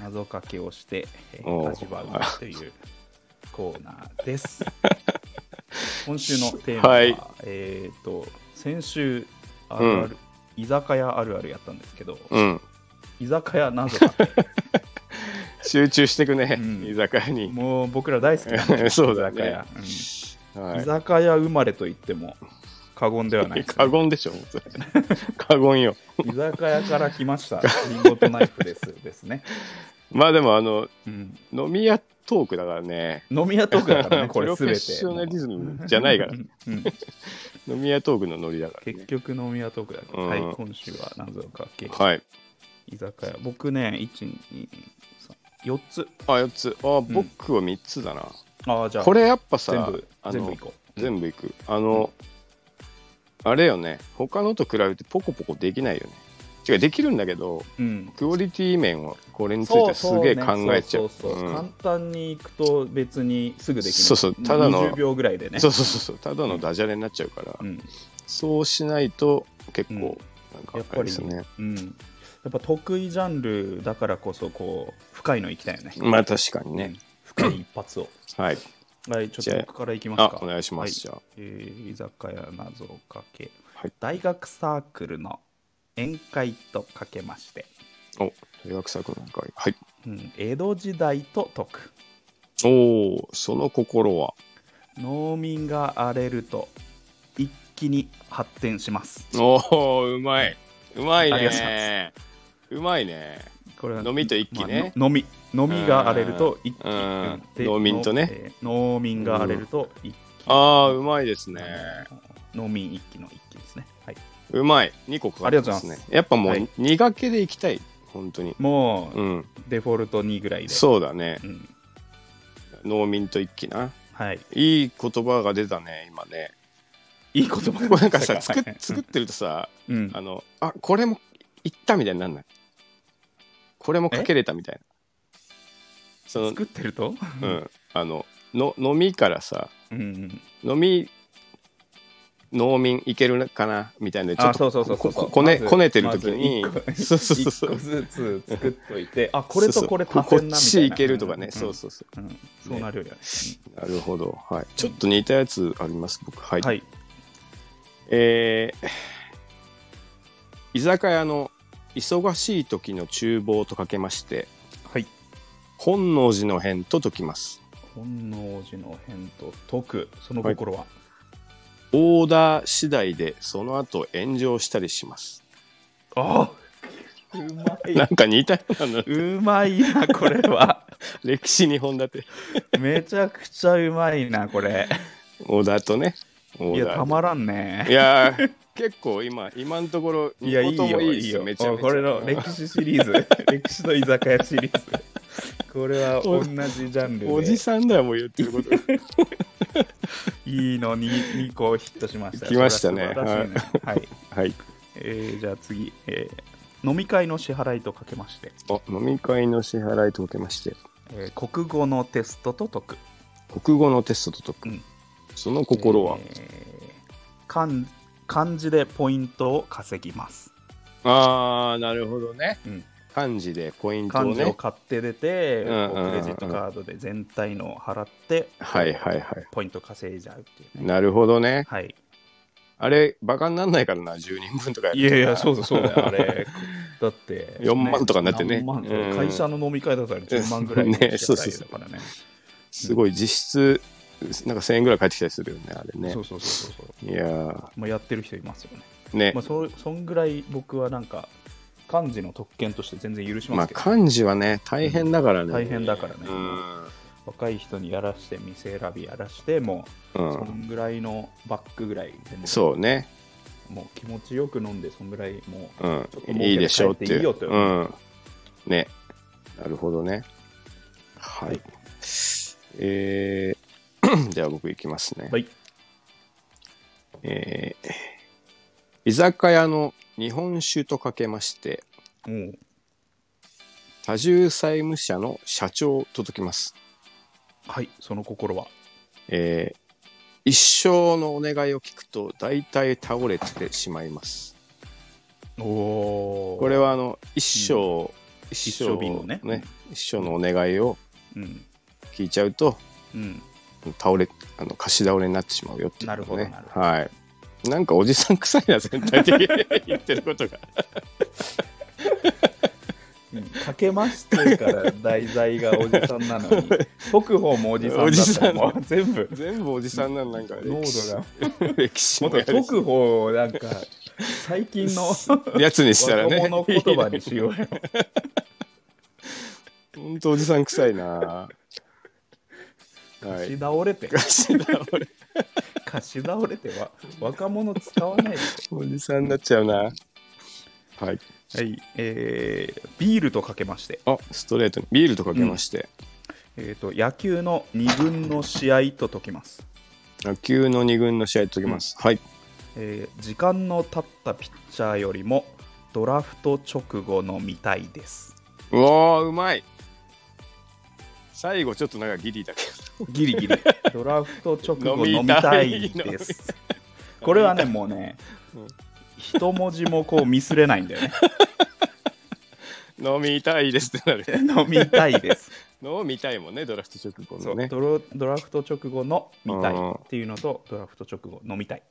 Speaker 2: 謎かけをして、え
Speaker 1: お
Speaker 2: ー、
Speaker 1: う
Speaker 2: 味わうというコーナ ーです。今週のテーマは、
Speaker 1: はい
Speaker 2: えっ、と先週あるある、居酒屋あるあるやったんですけど、
Speaker 1: うん。
Speaker 2: 居酒屋謎かけ
Speaker 1: 集中してくね
Speaker 2: うん、
Speaker 1: 居酒屋に。
Speaker 2: もう僕ら大好きなん で
Speaker 1: そうだね
Speaker 2: 居酒屋、うん
Speaker 1: は
Speaker 2: 居酒屋生まれと言っても過言ではない
Speaker 1: い。
Speaker 2: です
Speaker 1: 過
Speaker 2: ね、
Speaker 1: 言でしょ、それ過言よ。
Speaker 2: 居酒屋から来ましたリンゴとナイ フですですね、
Speaker 1: まあでも、あの、
Speaker 2: うん、
Speaker 1: 飲み屋トークだからね。
Speaker 2: 飲み屋トークだからねこ
Speaker 1: プ
Speaker 2: れ
Speaker 1: ロフ
Speaker 2: す
Speaker 1: ェ
Speaker 2: べ
Speaker 1: ッ
Speaker 2: て
Speaker 1: ショナリズムじゃないから
Speaker 2: う。んうん
Speaker 1: 飲み屋トークのノリだから
Speaker 2: 結
Speaker 1: ね。
Speaker 2: 局飲み屋トークだから、
Speaker 1: うん
Speaker 2: はい今週は謎かけ
Speaker 1: はい。
Speaker 2: 居酒屋僕ね123つ
Speaker 1: あ、4つ。あ、僕は3つだな。
Speaker 2: ああじゃあ
Speaker 1: これやっぱさ、
Speaker 2: 全部
Speaker 1: あ
Speaker 2: 全部
Speaker 1: の
Speaker 2: い、こう
Speaker 1: 全部いく。あの、あれよね、他のと比べてポコポコできないよね。違う、できるんだけど、
Speaker 2: うん
Speaker 1: クオリティ面をこれについてすげえ考えちゃう。
Speaker 2: そうそうねそうそうそう
Speaker 1: うん
Speaker 2: 簡単にいくと別にすぐできない
Speaker 1: そうそうただの
Speaker 2: 20秒ぐらいでね
Speaker 1: そうそうそうそう、ただのダジャレになっちゃうから、
Speaker 2: うん
Speaker 1: そうしないと結
Speaker 2: うん
Speaker 1: 構、なんか
Speaker 2: や
Speaker 1: あ
Speaker 2: っぱ
Speaker 1: れ
Speaker 2: り
Speaker 1: ですね。
Speaker 2: うん、やっぱ得意ジャンルだからこそこう深いの行きたいよね、
Speaker 1: まあ確かにね。
Speaker 2: 深い一発を
Speaker 1: はい。
Speaker 2: はいちょっ
Speaker 1: じゃ
Speaker 2: と
Speaker 1: あ
Speaker 2: 僕からいきます
Speaker 1: あ
Speaker 2: か、
Speaker 1: お願いしま
Speaker 2: はい
Speaker 1: す。じゃあ。
Speaker 2: えー居酒屋謎かけ、
Speaker 1: はい
Speaker 2: 大学サークルの宴会とかけまして、
Speaker 1: お、大学作の会。はい。
Speaker 2: うん、江戸時代と解く
Speaker 1: おお、その心は。
Speaker 2: 農民が荒れると一気に発展します
Speaker 1: おお、うまい。うまい
Speaker 2: ありがとうござ
Speaker 1: ね。うまいね。
Speaker 2: これは
Speaker 1: 飲みと一気ね
Speaker 2: まあの飲み飲みが荒れると一気
Speaker 1: うん
Speaker 2: うんで
Speaker 1: 農民とね
Speaker 2: えー農民が荒れると一気
Speaker 1: ああ、うまいですね。
Speaker 2: 農民一気の一気ですね、はい、
Speaker 1: うまい。2個かかってま
Speaker 2: ありがと
Speaker 1: す
Speaker 2: うござ
Speaker 1: ね
Speaker 2: いま。
Speaker 1: やっぱも
Speaker 2: は
Speaker 1: う
Speaker 2: い
Speaker 1: 苦手でいきたい。本当に。
Speaker 2: もう、
Speaker 1: うん。
Speaker 2: デフォルト2ぐらいで
Speaker 1: そうだね
Speaker 2: う、。ん
Speaker 1: 農民と一気な。
Speaker 2: はい、
Speaker 1: いい言葉が出たね、今ね。
Speaker 2: いい言葉
Speaker 1: これ なんか さ、
Speaker 2: 作
Speaker 1: 作っ作ってるとさ、
Speaker 2: うん、
Speaker 1: あの、あ、これも言ったみたいになんない。これもかけれたみたいな。その、
Speaker 2: 作ってると、
Speaker 1: うん。あの、の飲みからさ、
Speaker 2: うんうん、
Speaker 1: 飲み、農民いけるかなみたいな、ちょ
Speaker 2: あ
Speaker 1: っ
Speaker 2: そう
Speaker 1: と
Speaker 2: そうそうそう
Speaker 1: ここね、
Speaker 2: まず
Speaker 1: こねてる時に
Speaker 2: まず一、個
Speaker 1: そうそうそうそう
Speaker 2: 一個。ずつ作っといてあこれとこれ
Speaker 1: そう
Speaker 2: 足
Speaker 1: そう
Speaker 2: せ
Speaker 1: ん
Speaker 2: なみたいな
Speaker 1: こっちいけるとかね、
Speaker 2: ん
Speaker 1: そうそうそう
Speaker 2: うん、そうなるよね、
Speaker 1: なるほど、はい、ちょっと似たやつあります僕は
Speaker 2: う
Speaker 1: い、
Speaker 2: んはい
Speaker 1: えー居酒屋の忙しい時の厨房とかけまして
Speaker 2: はい
Speaker 1: 本能寺の変と解きます
Speaker 2: 本能寺の変と解くその心は、
Speaker 1: オーダー次第でその後炎上したりします
Speaker 2: ああうま
Speaker 1: ないんか似たようなの
Speaker 2: うまいなこれは
Speaker 1: 歴史2本立て
Speaker 2: めちゃくちゃうまいなこれ
Speaker 1: オーダーとねオ
Speaker 2: い
Speaker 1: ー
Speaker 2: や
Speaker 1: ダー
Speaker 2: たまらんね
Speaker 1: いやー結構今今のところ
Speaker 2: いや、い
Speaker 1: 二
Speaker 2: い
Speaker 1: 個と
Speaker 2: よ、
Speaker 1: も
Speaker 2: い
Speaker 1: です
Speaker 2: いよ。
Speaker 1: めちゃめちゃ
Speaker 2: これの歴史 シリーズ、歴史の居酒屋シリーズ。これは同じジャンルで。
Speaker 1: おじさんだよもう言ってる こと
Speaker 2: いいのに2個ヒットしましたよ。
Speaker 1: 来ましたね
Speaker 2: それは素晴らしいねはい。
Speaker 1: はい
Speaker 2: えーじゃあ次、えー飲み会の支払いとかけまして、
Speaker 1: あ飲み会の支払いと受けまして
Speaker 2: えー国語のテストと解く
Speaker 1: 国語のテストと解く、
Speaker 2: うん
Speaker 1: その心は、
Speaker 2: えー漢漢字でポイントを稼ぎます、
Speaker 1: ああなるほどね
Speaker 2: うん
Speaker 1: 漢字でポイント
Speaker 2: 漢
Speaker 1: を
Speaker 2: 字を
Speaker 1: ね
Speaker 2: 買って出て、
Speaker 1: うんうんうん
Speaker 2: こうクレジットカードで全体のを払って
Speaker 1: はいはいはい
Speaker 2: ポイント稼いじゃうっていうね
Speaker 1: なるほどね
Speaker 2: はい
Speaker 1: あれバカになんないからな10人分とかやる
Speaker 2: いやいやそうだそうだよ あれだって
Speaker 1: 4万とかになってね
Speaker 2: 何万
Speaker 1: うん
Speaker 2: 会社の飲み会だったら10万ぐらい
Speaker 1: ね
Speaker 2: の支払いだからね
Speaker 1: すごい実質なんか1000円ぐらい返ってきたりするよねあれね
Speaker 2: そうそうそうそうそ
Speaker 1: いやー
Speaker 2: うもうやってる人いますよね
Speaker 1: ね
Speaker 2: まあそそんぐらい僕はなんか漢字の特権として全然許し
Speaker 1: ま
Speaker 2: ま
Speaker 1: あ
Speaker 2: すけど、
Speaker 1: 漢字はね大変だからね、
Speaker 2: うん大変だからね
Speaker 1: うん
Speaker 2: 若い人にやらして店選びやらしても
Speaker 1: う
Speaker 2: うそ
Speaker 1: ん、
Speaker 2: んぐらいのバックぐらい全然
Speaker 1: そうね、
Speaker 2: もう気持ちよく飲んでそんぐらいもう
Speaker 1: うん
Speaker 2: ちょっと、儲けて
Speaker 1: いいでしょうって
Speaker 2: 帰っ
Speaker 1: い
Speaker 2: ていいうよと
Speaker 1: うん、ねなるほどねはい、
Speaker 2: はい
Speaker 1: えー じゃあ僕行きますね、
Speaker 2: はい
Speaker 1: えー居酒屋の日本酒とかけまして
Speaker 2: もう
Speaker 1: 多重債務者の社長と解きます、
Speaker 2: はいその心は
Speaker 1: えー一生のお願いを聞くと大体倒れてしまいます
Speaker 2: おお
Speaker 1: これはあの一生、一
Speaker 2: 一生ビンゴね
Speaker 1: 一生のお願いを
Speaker 2: うん
Speaker 1: 聞いちゃうと
Speaker 2: うん
Speaker 1: 倒れあの貸し倒れになってしまうよっていうことね
Speaker 2: なるほど
Speaker 1: はいなんかおじさん臭いな全体的に 言ってることが
Speaker 2: うんかけましてから題材がおじさんなの に北方もおじさんだ
Speaker 1: おじ
Speaker 2: った
Speaker 1: さ
Speaker 2: ら
Speaker 1: ん
Speaker 2: もう全部
Speaker 1: 全部おじさんなんなんか
Speaker 2: 濃度が
Speaker 1: が歴史
Speaker 2: もっ
Speaker 1: も
Speaker 2: と
Speaker 1: やるし
Speaker 2: 北方なんか最近の
Speaker 1: やつにしたら
Speaker 2: 若
Speaker 1: ね
Speaker 2: 者言葉にしようよ
Speaker 1: 本当おじさん臭いなは
Speaker 2: 貸
Speaker 1: い
Speaker 2: し倒れて
Speaker 1: 貸し倒れ
Speaker 2: 貸し倒れては若者使わないで
Speaker 1: おじさんになっちゃうなはい
Speaker 2: はい、えービールとかけまして、
Speaker 1: あストレートにビールとかけまして、
Speaker 2: えー、と野球の2軍の試合と解きます、
Speaker 1: 野球の2軍の試合ときます、はい
Speaker 2: えー時間の経ったピッチャーよりもドラフト直後の見たいです
Speaker 1: うわーうまい最後ちょっとなんかギリだけ
Speaker 2: ギリギリドラフト直後
Speaker 1: 飲み
Speaker 2: 飲み
Speaker 1: た
Speaker 2: た
Speaker 1: い
Speaker 2: いですこれはねもうね
Speaker 1: うん
Speaker 2: 一文字もこうミスれないんだよね
Speaker 1: ど 飲みたいですってなる
Speaker 2: 飲みたいです
Speaker 1: 飲みたいもんねドラフト直後
Speaker 2: そ
Speaker 1: の
Speaker 2: う、
Speaker 1: ね
Speaker 2: ドロドラフト直後の見たいっていうのとドラフト直後飲みたい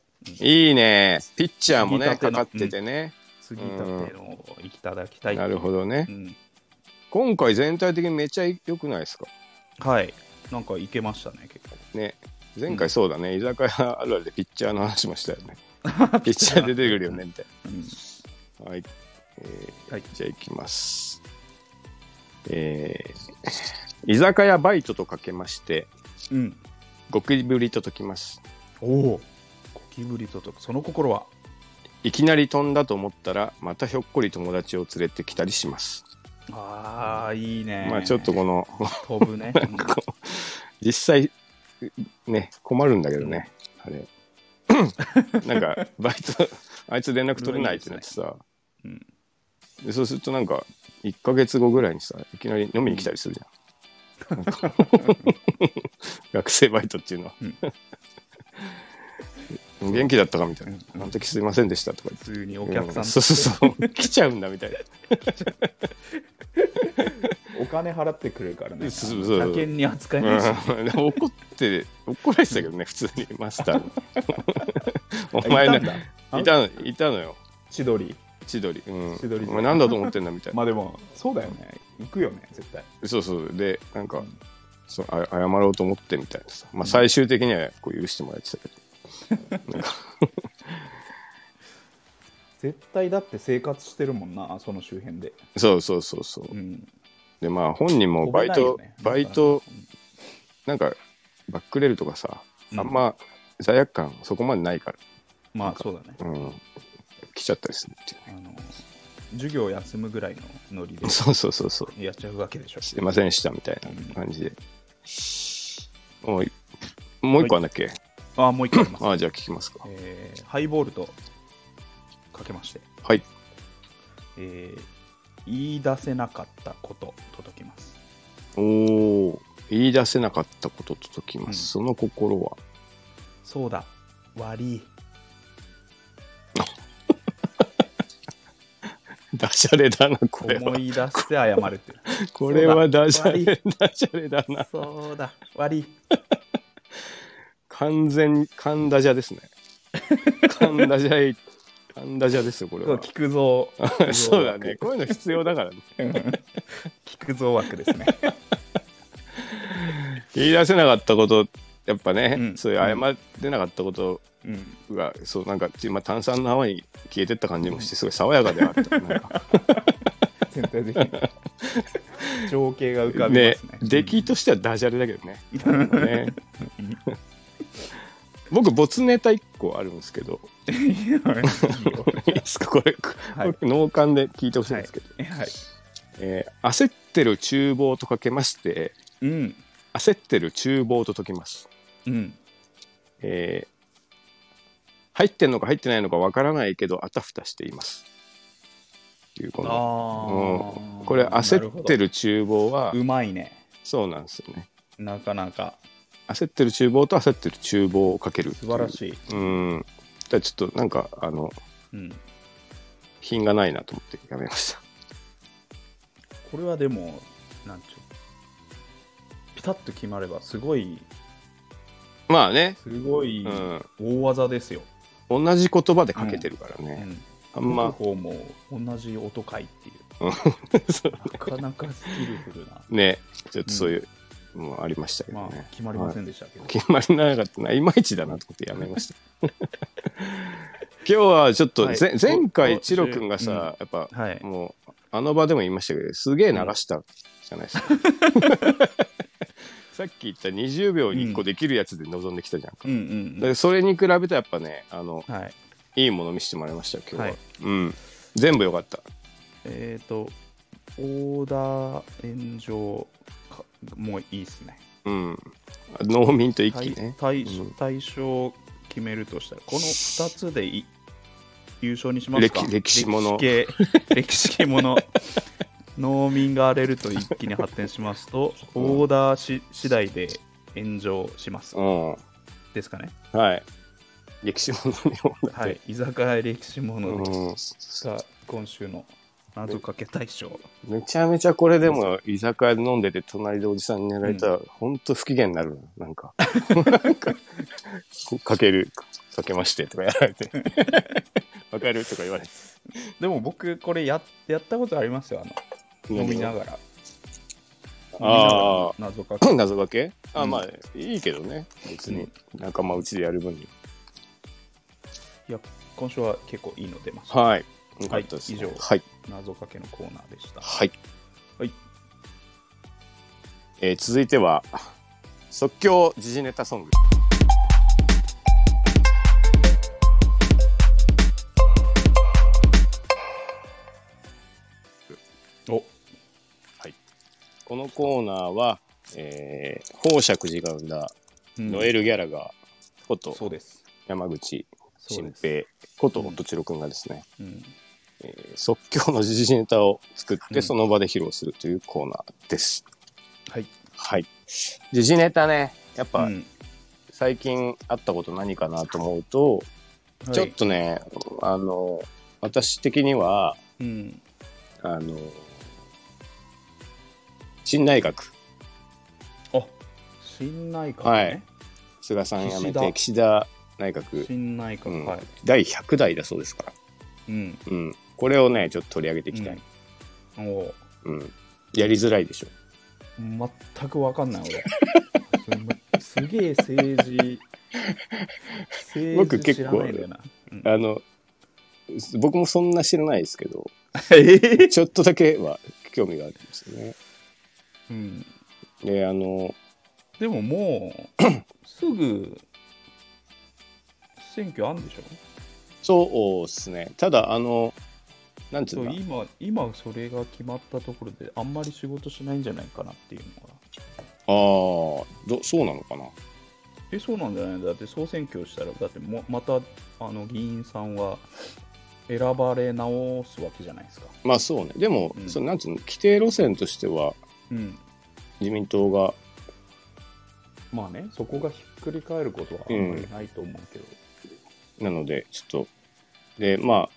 Speaker 1: いいねピッチャーもね
Speaker 2: 継ぎ立
Speaker 1: か
Speaker 2: ての
Speaker 1: かっててね、
Speaker 2: 次立てのをいただきたい
Speaker 1: なるほどね、
Speaker 2: うん
Speaker 1: 今回全体的にめっちゃ良くないですか
Speaker 2: はい。なんかいけましたね、結構。
Speaker 1: ね前回そうだね、居酒屋あるあるでピッチャーの話もしたよねピッチャー出てくるよねみたい
Speaker 2: うん
Speaker 1: なはい、えー
Speaker 2: はい
Speaker 1: じゃあいきますえー居酒屋バイトとかけまして
Speaker 2: うん。
Speaker 1: ゴキブリと解きます
Speaker 2: おお。ゴキブリとと、その心は。
Speaker 1: いきなり飛んだと思ったらまたひょっこり友達を連れてきたりします、
Speaker 2: ああ、いいね。
Speaker 1: まあちょっとこの
Speaker 2: 飛ぶね。
Speaker 1: こう実際ね困るんだけどね、 あれなんかバイトあいつ連絡取れないってなってさ
Speaker 2: うんいいで
Speaker 1: でそうするとなんか1ヶ月後ぐらいにさいきなり飲みに来たりするじゃん、なんか学生バイトっていうのは、お 元気だったかみたいな、あの時すいませんでしたとか言って
Speaker 2: 普通にお客さん
Speaker 1: う
Speaker 2: と
Speaker 1: そうそうそう来ちゃうんだみたいな
Speaker 2: お金払ってくれるからね。
Speaker 1: そうそうそう
Speaker 2: 車検に扱えないし。
Speaker 1: うんでも怒って怒られてたけどね普通にマスターに お前
Speaker 2: あ
Speaker 1: ね
Speaker 2: いた
Speaker 1: い
Speaker 2: んだ
Speaker 1: たのいたのよ
Speaker 2: 千鳥。
Speaker 1: 千鳥、うん、
Speaker 2: 千鳥
Speaker 1: お前なんだと思ってんだみたいな、
Speaker 2: まあでも、そうだよね。行くよね、絶対。
Speaker 1: そうそうでなんかそうあ謝ろうと思ってみたいなさ、まあ、最終的にはこう許してもらえてたけど、
Speaker 2: 絶対だって生活してるもんな、その周辺で。
Speaker 1: そうそうそうそう
Speaker 2: うん。
Speaker 1: でまあ本人もバイ
Speaker 2: 飛
Speaker 1: ト、
Speaker 2: べないよね
Speaker 1: バイトなんかバックレるとかさ、
Speaker 2: うん
Speaker 1: あんま罪悪感そこまでないか
Speaker 2: まあそうだね。
Speaker 1: ら、うん、来ちゃったりするっていう
Speaker 2: あの、授業休むぐらいのノリで
Speaker 1: ねそうそうそうそう
Speaker 2: やっちゃうわけでしょ。
Speaker 1: すいませんでしたみたいな感じで。もういもう一個あんだっけ、
Speaker 2: ああ、もう一個あります
Speaker 1: あ。あ、じゃあ聞きますか。
Speaker 2: えーハイボールとかけまして、
Speaker 1: はい。
Speaker 2: えー言い出せなかったこと届きます
Speaker 1: おお言い出せなかったことと解きます、その心は
Speaker 2: そうだ悪い
Speaker 1: ダジャレだなこれは
Speaker 2: 思い出して謝るっていう
Speaker 1: これは
Speaker 2: そうだ
Speaker 1: ダジャ
Speaker 2: 悪
Speaker 1: レダジャレだな
Speaker 2: そうだ悪い
Speaker 1: 完全に神ダジャですね神ダジャい神ダジャですよこれ
Speaker 2: そう
Speaker 1: は
Speaker 2: 聞くぞ
Speaker 1: そうだねこういうの必要だからね
Speaker 2: 聞くぞ枠ですね
Speaker 1: 言い出せなかったことやっぱね、
Speaker 2: うん
Speaker 1: そういう謝ってなかったこと
Speaker 2: うん
Speaker 1: が、そうなんか今炭酸の泡に消えてった感じもしてすごい爽やかであった なんか
Speaker 2: 全体的に 情景が浮かびま
Speaker 1: ね
Speaker 2: すね
Speaker 1: 出来としてはダジャレだけどねなんか ね僕没ネタ1個あるんですけど
Speaker 2: いいよ
Speaker 1: いいですかこれ、
Speaker 2: はい
Speaker 1: これ脳幹で聞いてほしいん
Speaker 2: は
Speaker 1: で
Speaker 2: い
Speaker 1: すけど、
Speaker 2: はい
Speaker 1: えー焦ってる厨房とかけまして
Speaker 2: うん
Speaker 1: 焦ってる厨房と解きます、
Speaker 2: うん
Speaker 1: えー入ってんのか入ってないのかわからないけどあたふたしていますっていうこの
Speaker 2: あ
Speaker 1: う
Speaker 2: あ
Speaker 1: ん、これ焦ってる厨房は
Speaker 2: うまいね
Speaker 1: そうなんですよね
Speaker 2: なかなか
Speaker 1: 焦ってる厨房と焦ってる厨房をかける
Speaker 2: 素晴ら
Speaker 1: い
Speaker 2: しい、
Speaker 1: うんじゃあちょっとなんかあの
Speaker 2: うん、
Speaker 1: 品がないなと思ってやめました
Speaker 2: これはでもなんちゅうピタッと決まればすごい
Speaker 1: まあね、
Speaker 2: すごい
Speaker 1: うん、
Speaker 2: 大技ですよ、
Speaker 1: 同じ言葉でかけてるから
Speaker 2: う
Speaker 1: ね、
Speaker 2: ん、
Speaker 1: あんま
Speaker 2: 方も同じ音かいっていう
Speaker 1: うん そう
Speaker 2: なかなかスキルフルな
Speaker 1: ねちょっとそういう、もうありましたけど
Speaker 2: まあ
Speaker 1: ね、
Speaker 2: 決まりませんでしたけど、
Speaker 1: 決まりなかったな、いまいちだなと思ってやめました。 今日はちょっと、
Speaker 2: はい
Speaker 1: ぜ前
Speaker 2: お
Speaker 1: 回、
Speaker 2: お
Speaker 1: チロ君がさ、
Speaker 2: うん
Speaker 1: やっぱ、
Speaker 2: はい
Speaker 1: もう、あの場でも言いましたけど、すげえ流したじゃないですか。 さっき言った20秒に1個できるやつで臨んできたじゃんか。
Speaker 2: うんうん
Speaker 1: でそれに比べてやっぱねあの
Speaker 2: うんはい
Speaker 1: いいもの見せてもらいましたよ今日は、
Speaker 2: はい
Speaker 1: うん全部良かった
Speaker 2: えっ、ー、とオーダー炎上かもういいですね
Speaker 1: うん農民と一気ね
Speaker 2: 対
Speaker 1: う
Speaker 2: 対
Speaker 1: ん
Speaker 2: 対象を決めるとしたら、この2つでい優勝にしますか
Speaker 1: 歴歴史もの
Speaker 2: 歴史系 歴史系もの農民が荒れると一気に発展しますと、
Speaker 1: うん
Speaker 2: オーダーし次第で炎上します、
Speaker 1: うん
Speaker 2: ですかね
Speaker 1: はい歴史ものにもなって、
Speaker 2: はい居酒屋歴史もので
Speaker 1: うん
Speaker 2: が今週の謎かけ大賞
Speaker 1: めちゃめちゃこれでも居酒屋で飲んでて隣でおじさんにやられたら、ほんと不機嫌になるななん かなんかこかけるかけましてとかやられて わかるとか言われて
Speaker 2: でも僕これややったことありますよあの飲みながら
Speaker 1: あ
Speaker 2: 飲みながら謎か
Speaker 1: あ
Speaker 2: け
Speaker 1: 謎かけあ、
Speaker 2: うん
Speaker 1: まあいいけどね別に仲間内でやる分に
Speaker 2: いや今週は結構いいの出ました
Speaker 1: はいよかったです、
Speaker 2: 以上
Speaker 1: はい
Speaker 2: 謎かけのコーナーでした
Speaker 1: はい、
Speaker 2: はい
Speaker 1: えー続いては即興時事ネタソング
Speaker 2: お
Speaker 1: このコーナーは、えー、宝石寺が生んだノエ
Speaker 2: ル
Speaker 1: ル・ギャラガーこと
Speaker 2: そうです。
Speaker 1: 山口
Speaker 2: そう
Speaker 1: 新
Speaker 2: です。
Speaker 1: 平こと本千代君がですね、
Speaker 2: うん
Speaker 1: えー即興の時事ネタを作っ
Speaker 2: う
Speaker 1: て
Speaker 2: ん
Speaker 1: その場で披露するというコーナーです。
Speaker 2: はい。
Speaker 1: はい。時事ネタね、やっ
Speaker 2: う
Speaker 1: ぱ
Speaker 2: ん
Speaker 1: 最近あったこと何かなと思うと、ちょっ、とね、あの、私的には、
Speaker 2: はいうん。
Speaker 1: あの、新内閣、
Speaker 2: あ新内閣ね。
Speaker 1: 菅さん辞め
Speaker 2: 岸
Speaker 1: て
Speaker 2: 田
Speaker 1: 岸田内閣、
Speaker 2: 新内
Speaker 1: う
Speaker 2: 閣、
Speaker 1: ん
Speaker 2: はい。
Speaker 1: 第100代だそうですから。
Speaker 2: うん。
Speaker 1: うん、これをねちょっと取り上げていきたい、
Speaker 2: うん。お
Speaker 1: うんやりづらいでしょ
Speaker 2: 全くわかんない 俺。すすげえ政治。政
Speaker 1: 僕
Speaker 2: 治
Speaker 1: 結
Speaker 2: 知ら
Speaker 1: 構
Speaker 2: ないんだよな。うん
Speaker 1: あの僕もそんな知らないですけど
Speaker 2: え
Speaker 1: ちょっとだけは興味があるんですよね
Speaker 2: うん。
Speaker 1: であの
Speaker 2: でもも うすぐ選挙あんでしょ。
Speaker 1: そうですねただあのなんてい
Speaker 2: そううん
Speaker 1: だ
Speaker 2: 今今それが決まったところであんまり仕事しないんじゃないかなっていうのが。
Speaker 1: あーどそうなのかな
Speaker 2: えそうなんじゃないのだって総選挙したらだってもまたあの議員さんは選ばれ直すわけじゃないですか。
Speaker 1: まあそうね。でも、
Speaker 2: うん
Speaker 1: そのなんつうの、規定路線としては、
Speaker 2: うん。
Speaker 1: 自民党が、
Speaker 2: まあね、そこがひっくり返ることはあんまりないと思うけど。
Speaker 1: なので、ちょっと、で、ま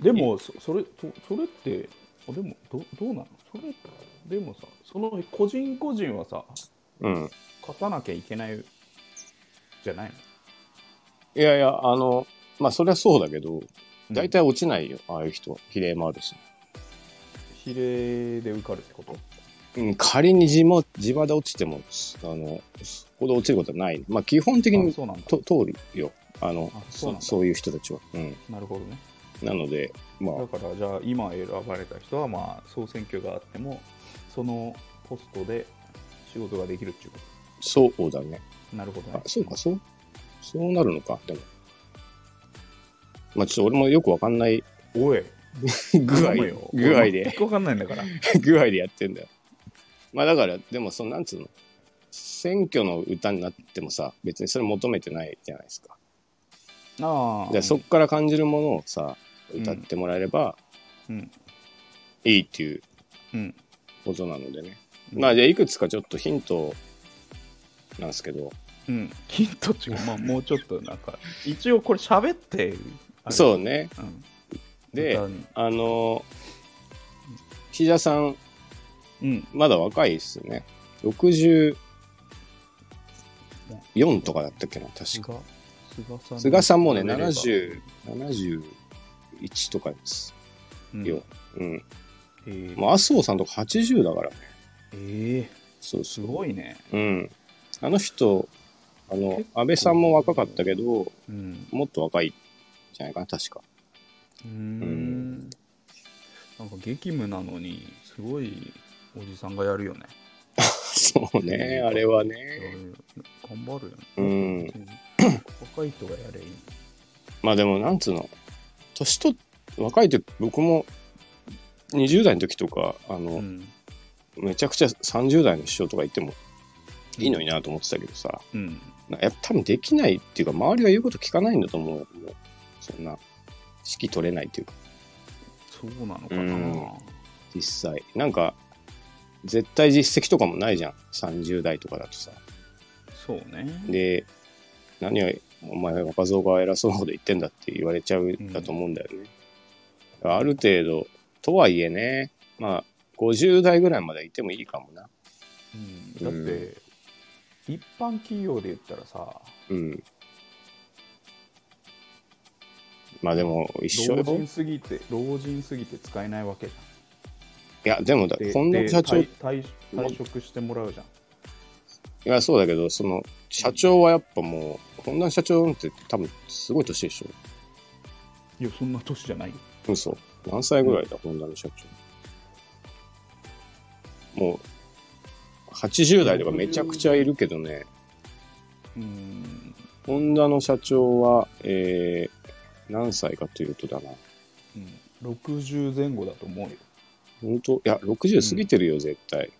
Speaker 1: あ、
Speaker 2: でもそそれそそれってあでもどどうなのそれでもさその個人個人はさ
Speaker 1: うん。
Speaker 2: 勝たなきゃいけないじゃないの
Speaker 1: いやいや、あの、まあそりゃそうだけど、大体落ちないよ、ああいう人は。比例もあるし。
Speaker 2: 比例で受かるってこと
Speaker 1: うん、仮に地も地場で落ちても、あの、そこで落ちることはない。まあ基本的
Speaker 2: あ
Speaker 1: に
Speaker 2: そうなんだ
Speaker 1: と通るよ。あの
Speaker 2: あそう
Speaker 1: そ
Speaker 2: なんだ
Speaker 1: そういう人たちは。うん。
Speaker 2: なるほどね
Speaker 1: なので、まあ、
Speaker 2: だからじゃあ今選ばれた人はまあ総選挙があってもそのポストで仕事ができるっていうこ
Speaker 1: そうだね。
Speaker 2: となるほど
Speaker 1: あ
Speaker 2: ね、
Speaker 1: そうか、そう、そうなるのか、でも。まあ、ちょっと俺もよくわかんない
Speaker 2: おい
Speaker 1: 具合
Speaker 2: 頼むよ、
Speaker 1: 具合
Speaker 2: 全
Speaker 1: で、
Speaker 2: く分かんないんだ から
Speaker 1: 具合でやってんだよ。まあ、だから、でも、その、なんつうの、選挙の歌になってもさ、別にそれ求めてないじゃないですか。
Speaker 2: ああ
Speaker 1: で、そっから感じるものをさ、歌ってもらえれば
Speaker 2: うん
Speaker 1: いいっていう
Speaker 2: うん
Speaker 1: ことなのでね。まあ、じゃあ、いくつかちょっとヒントなんですけど、
Speaker 2: うん、ヒント違う、まあ、もうちょっとなんか、一応これ喋って、う、
Speaker 1: そうね。
Speaker 2: うん、
Speaker 1: で
Speaker 2: 歌、に
Speaker 1: あの、岸田さん、
Speaker 2: うん、
Speaker 1: まだ若いっすよね。64とかだったっけな、確か。
Speaker 2: 菅菅さん
Speaker 1: 菅さんもね、
Speaker 2: 喋れば
Speaker 1: 70、71とかです
Speaker 2: うん
Speaker 1: よ。うん。
Speaker 2: えー
Speaker 1: まあ、麻生さんとか80だからね。
Speaker 2: えー
Speaker 1: そう
Speaker 2: す
Speaker 1: そう。
Speaker 2: ごいね、
Speaker 1: うん。あの人、あの
Speaker 2: 結、構
Speaker 1: 安倍さんも若かったけど、
Speaker 2: うん
Speaker 1: もっと若いじゃないかな、確か。
Speaker 2: うー
Speaker 1: うん
Speaker 2: んなんか激務なのに、すごいおじさんがやるよね。
Speaker 1: そうね、あれはね。
Speaker 2: 頑張るよね。
Speaker 1: うん
Speaker 2: 別に若い人がやれいい。
Speaker 1: まあでも、なんつうの、年と、若い時、僕も、20代の時とか、あの、
Speaker 2: うん、
Speaker 1: めちゃくちゃ30代の師匠とかいてもいいのになと思ってたけどさ、
Speaker 2: うん、
Speaker 1: なやっぱ多分できないっていうか、周りが言うこと聞かないんだと思うよ、もう。そんな、指揮取れないっていうか、
Speaker 2: そうなのか
Speaker 1: うん
Speaker 2: な。
Speaker 1: 実際。なんか、絶対実績とかもないじゃん、30代とかだとさ。
Speaker 2: そうね。
Speaker 1: で、何を、お前若造が偉そうなこと言ってんだって言われちゃうんだと思うんだよね。ある程度、とはいえね、まあ、50代ぐらいまでいてもいいかもな。
Speaker 2: うんだって、一般企業で言ったらさ
Speaker 1: うん。まあでも一緒
Speaker 2: 老
Speaker 1: よ。
Speaker 2: 人すぎて老人すぎて使えないわけじ
Speaker 1: いや、でもだ、
Speaker 2: ゃんで
Speaker 1: 近藤社長、
Speaker 2: で
Speaker 1: い
Speaker 2: 退退退職してもらうじゃん
Speaker 1: や、そうだけど、その、社長はやっぱもう、本田社長なんて多分、すごい年でしょ。
Speaker 2: いやそんな年じゃないよ
Speaker 1: 嘘。何歳ぐらいだ、本田の社長。もう、80代とかめちゃくちゃいるけどね、
Speaker 2: うーん
Speaker 1: 本田の社長は、えー、何歳かというとだな。
Speaker 2: うん60前後だと思うよ
Speaker 1: 本当いや、60過ぎてるよ、絶対。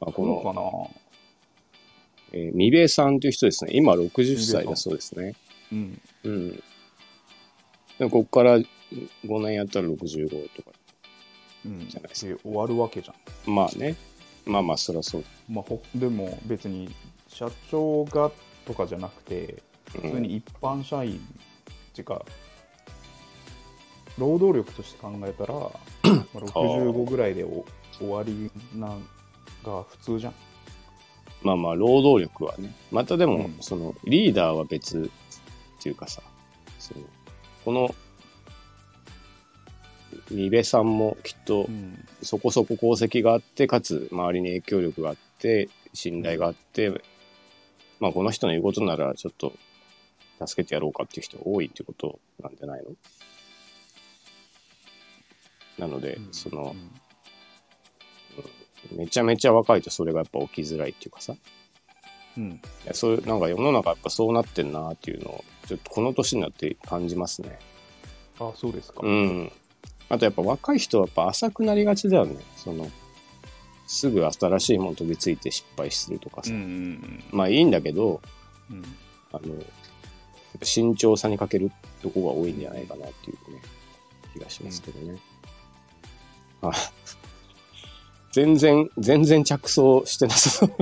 Speaker 1: あ、この
Speaker 2: そう、かな
Speaker 1: えー、みべえさんという人ですね。今60歳だそうですね。
Speaker 2: うん
Speaker 1: うん。でこっから5年やったら65とか。
Speaker 2: うん
Speaker 1: じゃない
Speaker 2: で終わるわけじゃん
Speaker 1: まあね。まあまあ、そりゃそう。
Speaker 2: まあほでも別に社長がとかじゃなくて
Speaker 1: う
Speaker 2: 普通
Speaker 1: ん、
Speaker 2: に一般社員っていうか労働力として考 えたらまあ65ぐらいでお終わりなんが普通じゃん
Speaker 1: まあまあ、労働力はね。またでも、
Speaker 2: うん
Speaker 1: その、リーダーは別っていうかさ、その、この、みべさんもきっと
Speaker 2: うん
Speaker 1: そこそこ功績があって、かつ周りに影響力があって、信頼があって、まあこの人の言うことならちょっと助けてやろうかっていう人が多いってことなんじゃないのなので、その、めちゃめちゃ若いとそれがやっぱ起きづらいっていうかさ、い
Speaker 2: うん
Speaker 1: やそういう、なんか世の中やっぱそうなってんなっていうのを、ちょっとこの年になって感じますね。
Speaker 2: あそうですか、
Speaker 1: うん。あとやっぱ若い人はやっぱ浅くなりがちだよね。その、すぐ新しいもの飛びついて失敗するとか
Speaker 2: う
Speaker 1: さ。
Speaker 2: んうん
Speaker 1: まあいいんだけど、
Speaker 2: うん
Speaker 1: あの、っぱ慎重さに欠けるとこが多いんじゃないかなっていうね、気がしますけどね。あ 全然、全然着想してなさそう。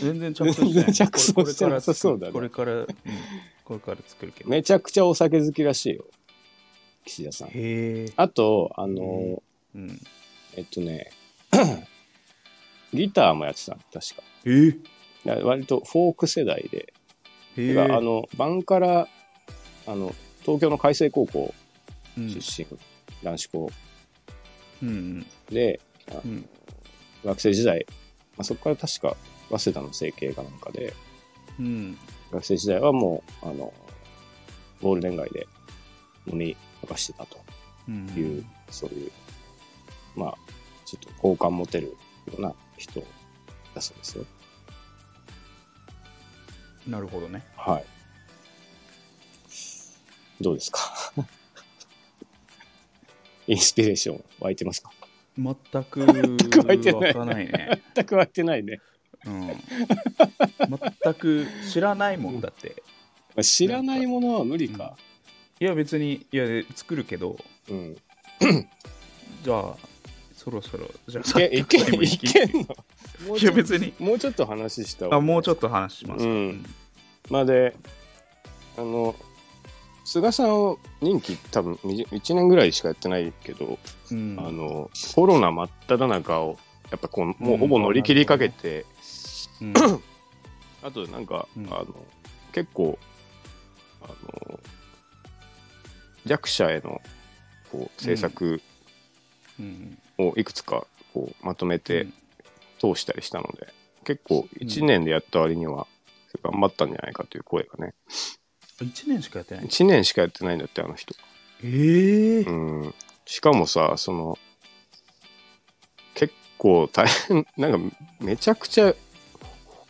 Speaker 2: 全然着想して ない
Speaker 1: 全然着想してなさそうだね
Speaker 2: これから作るこれから、うんこれから作るけど、
Speaker 1: めちゃくちゃお酒好きらしいよ。岸田さん。
Speaker 2: へえ、
Speaker 1: あと、あの
Speaker 2: うんうん、
Speaker 1: えっとね、 ギターもやってたの確か。
Speaker 2: えー、
Speaker 1: だから割とフォーク世代で、
Speaker 2: へ
Speaker 1: て
Speaker 2: え
Speaker 1: かあの、バンから、あの、東京の海星高校
Speaker 2: うん
Speaker 1: 出身、男子校
Speaker 2: うん
Speaker 1: で、あ
Speaker 2: うんうん
Speaker 1: 学生時代、まあ、そこから確か、早稲田の整形かなんかで、
Speaker 2: うん
Speaker 1: 学生時代はもう、あの、ゴールデン街で飲み明かしてたと
Speaker 2: うん
Speaker 1: いう、そういう、まあ、ちょっと好感持てるような人だそうですよ。
Speaker 2: なるほどね
Speaker 1: はい。どうですか インスピレーション湧いてますか
Speaker 2: 全く
Speaker 1: く湧いてない
Speaker 2: 湧かないね、
Speaker 1: 全く湧いてないね。
Speaker 2: うん、全く知らないもんだって
Speaker 1: まあ知らないものは無理か。
Speaker 2: いや別にいや作るけど
Speaker 1: うん。
Speaker 2: じゃあそろそろじゃあ
Speaker 1: いけ、いけ、
Speaker 2: 作曲にも
Speaker 1: い
Speaker 2: 行き
Speaker 1: けんのもう
Speaker 2: い
Speaker 1: ちょ
Speaker 2: や
Speaker 1: っ
Speaker 2: 別に
Speaker 1: ともうちょっと話した
Speaker 2: あもう
Speaker 1: ょ
Speaker 2: ちょっと話します、
Speaker 1: うんまあで、あの、菅さんを任期多分1年ぐらいしかやってないけど、
Speaker 2: うん
Speaker 1: あの、コロナ真っ只中を、やっぱこう、もうほぼ乗り切りかけて、
Speaker 2: うん
Speaker 1: あとなんか、
Speaker 2: うん
Speaker 1: あの結構あの弱者へのこう政策
Speaker 2: うん
Speaker 1: をいくつかこうまとめ
Speaker 2: う
Speaker 1: て
Speaker 2: ん
Speaker 1: 通したりしたので、結構1年でやった割には頑張ったんじゃないかという声がね
Speaker 2: 1年しかやってない
Speaker 1: 1年しかやってないんだってあの人
Speaker 2: ええ
Speaker 1: うんしかもさその結構大変 なんかめちゃくちゃ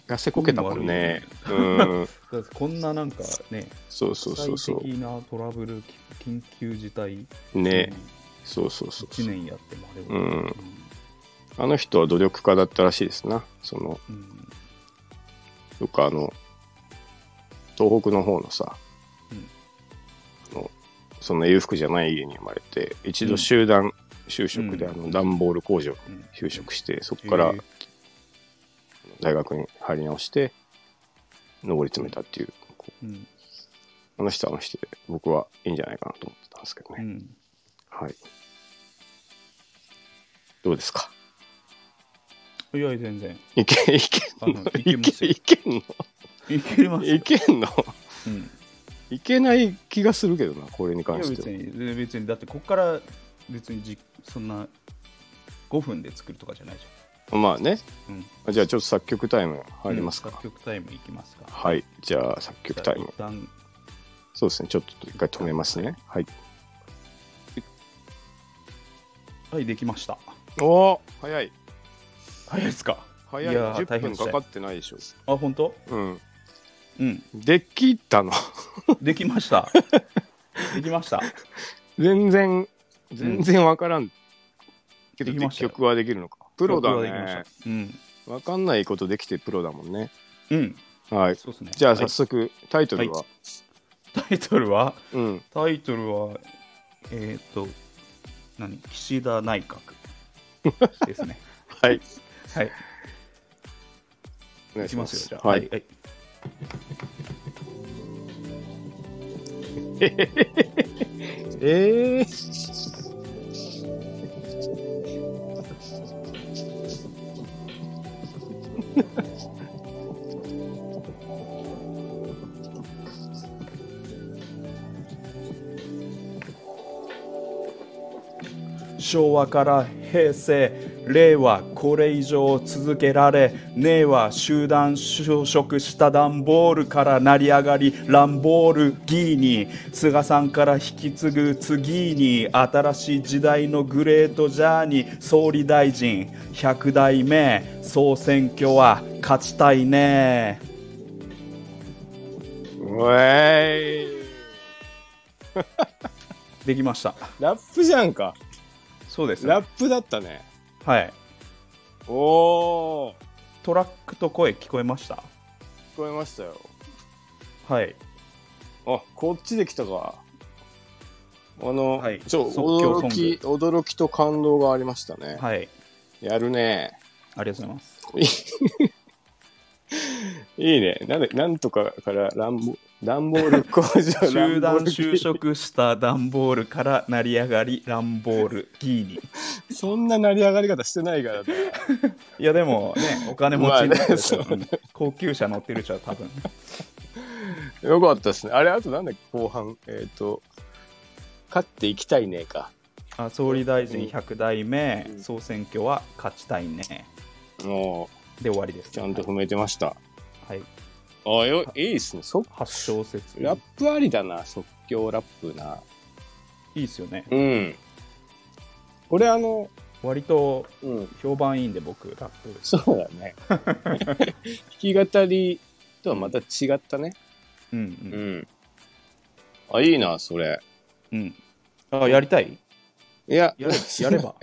Speaker 1: 痩せこけたもんねうん
Speaker 2: だってこんななんかね
Speaker 1: そうそうそうそ
Speaker 2: 国際的なトラブルき緊急事態
Speaker 1: うねそうそうそうそう
Speaker 2: 1年やってもあれは
Speaker 1: うんあの人は努力家だったらしいですな。その、
Speaker 2: うん
Speaker 1: どっかあの、東北の方のさ、
Speaker 2: うん
Speaker 1: あのそんな裕福じゃない家に生まれて、一
Speaker 2: う
Speaker 1: 度
Speaker 2: ん
Speaker 1: 集団就職で、
Speaker 2: うん
Speaker 1: あの、段ボール工場に
Speaker 2: うん
Speaker 1: 就職して、そこから
Speaker 2: へえ
Speaker 1: 大学に入り直して、上り詰めたっていう、こう
Speaker 2: うん
Speaker 1: あの人はあの人で、僕はいいんじゃないかなと思ってたんですけど
Speaker 2: う
Speaker 1: ね。
Speaker 2: ん
Speaker 1: はい。どうですか
Speaker 2: いや全然
Speaker 1: いけ、いけんの
Speaker 2: あのいけます よ
Speaker 1: いけんの
Speaker 2: いけます
Speaker 1: いけんの
Speaker 2: うん
Speaker 1: いけない気がするけどな、これに
Speaker 2: い
Speaker 1: 関
Speaker 2: や
Speaker 1: し
Speaker 2: 別
Speaker 1: て
Speaker 2: に別にだってこっから別にじそんな5分で作るとかじゃないじ
Speaker 1: は。まあね、
Speaker 2: ゃん、うん、
Speaker 1: じゃあちょっと作曲タイム入りますか。
Speaker 2: うん作曲タイムいきますか
Speaker 1: はい、じゃあ作曲タイム
Speaker 2: 一。旦
Speaker 1: そうですね、ちょっと一回止めますね。はい。
Speaker 2: はいできました
Speaker 1: おお早い。
Speaker 2: 早いですか
Speaker 1: 早い。
Speaker 2: いやー
Speaker 1: 10
Speaker 2: 大
Speaker 1: 分
Speaker 2: 変でした
Speaker 1: か
Speaker 2: よ
Speaker 1: かってないでしょ。
Speaker 2: あ本当
Speaker 1: うん。
Speaker 2: うん
Speaker 1: できたの。
Speaker 2: できましたできました
Speaker 1: 全然、全然わからん。けど、
Speaker 2: できましたよ
Speaker 1: 曲はできるのか。プロだ
Speaker 2: 僕はできま
Speaker 1: ね。
Speaker 2: したうん
Speaker 1: わかんないことできてプロだもんね。
Speaker 2: うん
Speaker 1: はい。
Speaker 2: そうですね
Speaker 1: じゃあ
Speaker 2: は
Speaker 1: 早
Speaker 2: い
Speaker 1: 速、タイトルは、
Speaker 2: はタイトルは
Speaker 1: うん。
Speaker 2: タイトルはえーっ、と何岸田内閣です ね
Speaker 1: はい。
Speaker 2: はい
Speaker 1: お願
Speaker 2: いきますよじゃあ
Speaker 1: はい。
Speaker 2: はい
Speaker 1: ええ
Speaker 2: 昭和から平成令和これ以上続けられねえは集団就職した段ボールから成り上がり乱ボールギーに菅さんから引き継ぐ次に新しい時代のグレートジャーニー総理大臣100代目総選挙は勝ちたいね
Speaker 1: うえい。
Speaker 2: できました
Speaker 1: ラップじゃんか。
Speaker 2: そうです
Speaker 1: ラップだったね。
Speaker 2: はい
Speaker 1: おお、
Speaker 2: トラックと声聞こえました
Speaker 1: 聞こえましたよ。
Speaker 2: はい。
Speaker 1: あこっちで来たかあの、
Speaker 2: はい
Speaker 1: ちょ
Speaker 2: 即興ソ
Speaker 1: 驚
Speaker 2: ング
Speaker 1: き驚きと感動がありましたね、
Speaker 2: はい。
Speaker 1: やるね
Speaker 2: ありがとうございます。
Speaker 1: いいねなんでなんとかから乱暴乱暴ル工場
Speaker 2: 集
Speaker 1: ラン
Speaker 2: 団
Speaker 1: ボルギー
Speaker 2: 就職した段ボールから成り上がり段ボールギーに
Speaker 1: そんな成り上がり方してないからね
Speaker 2: いやでもねお金持ちになってる人
Speaker 1: まあね
Speaker 2: うん 高級車乗ってる人は多分
Speaker 1: よかったですね。あれ、あとなんだっけ、後半。えっ、と、勝っていきたいねか。
Speaker 2: あ総理大
Speaker 1: うん
Speaker 2: 臣100代目
Speaker 1: うん
Speaker 2: 総選挙は勝ちたいね
Speaker 1: も
Speaker 2: で終わりです
Speaker 1: う、ちゃんと踏めてました。
Speaker 2: はい
Speaker 1: あよ、いいっすね。そ
Speaker 2: 8小節
Speaker 1: ラップありだな、即興ラップな。
Speaker 2: いいですよね
Speaker 1: うん。これ、あの、
Speaker 2: 割と
Speaker 1: うん、
Speaker 2: 評判いいんで僕ラップ
Speaker 1: そうだね。弾き語りとはまた違ったね。
Speaker 2: うんう
Speaker 1: うんん。あ、いいな、それ。
Speaker 2: うんあやりたい
Speaker 1: いや、
Speaker 2: やれやれば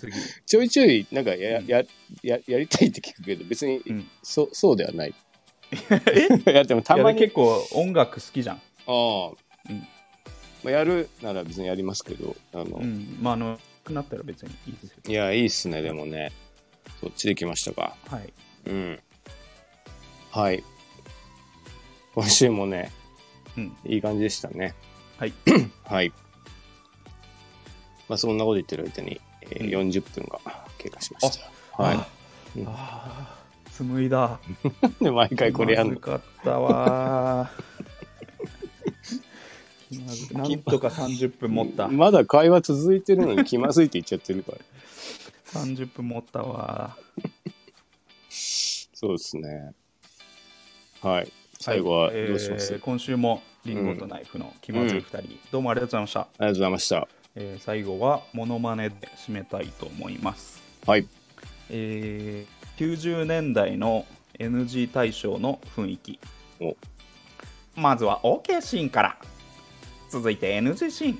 Speaker 2: 次
Speaker 1: ちょいちょい、なんかや、
Speaker 2: うん
Speaker 1: や、や、やりたいって聞くけど、別に、
Speaker 2: うん
Speaker 1: そそうでは ない。え いや、でも たま
Speaker 2: い
Speaker 1: に
Speaker 2: やで結構音楽好きじゃん
Speaker 1: ああ、
Speaker 2: うん
Speaker 1: まあ、やるなら別にやりますけど、あの、
Speaker 2: うんまああのなくなったら別にいいですよ
Speaker 1: いや、いいっすね、でもね。そっちで来ましたか。
Speaker 2: はい
Speaker 1: うん。はい。今週もね、
Speaker 2: うん
Speaker 1: いい感じでしたね。
Speaker 2: はい
Speaker 1: はい。まあ、そんなこと言ってる間に、えー
Speaker 2: う
Speaker 1: 40分が経過しました。は
Speaker 2: ああー紡いだ
Speaker 1: い。で、毎回これやんの
Speaker 2: 気。まずかったわー気まずいなんとか30分持った
Speaker 1: まだ会話続いてるのに気まずいって言っちゃってるから。
Speaker 2: 30分持ったわ
Speaker 1: そうですね。はい。
Speaker 2: ー
Speaker 1: 最後はどうします、
Speaker 2: えー今週もリンゴとナイフの気まずい2人、どうもありがとうございました、
Speaker 1: ありがとうございました。
Speaker 2: えー最後はモノマネで締めたいと思います
Speaker 1: はい。
Speaker 2: えー90年代の NG 大賞の雰囲気
Speaker 1: お
Speaker 2: まずは OK シーンから続いて NG シーン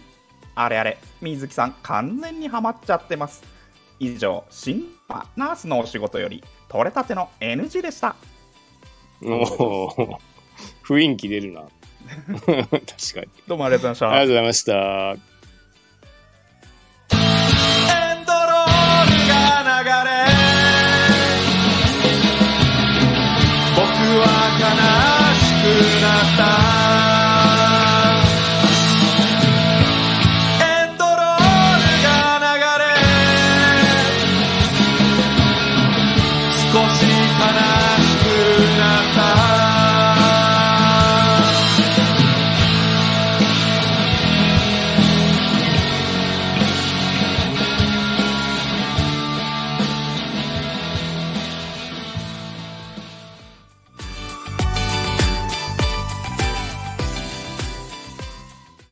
Speaker 2: あれあれ水木さん完全にハマっちゃってます以上新派ナースのお仕事より取れたての NG でした
Speaker 1: おー 雰囲気出るな。確かに。
Speaker 2: どうもありがとうござ
Speaker 1: あ
Speaker 2: いました
Speaker 1: りがとうございました。
Speaker 2: エンドロールが流れ僕は悲しくなった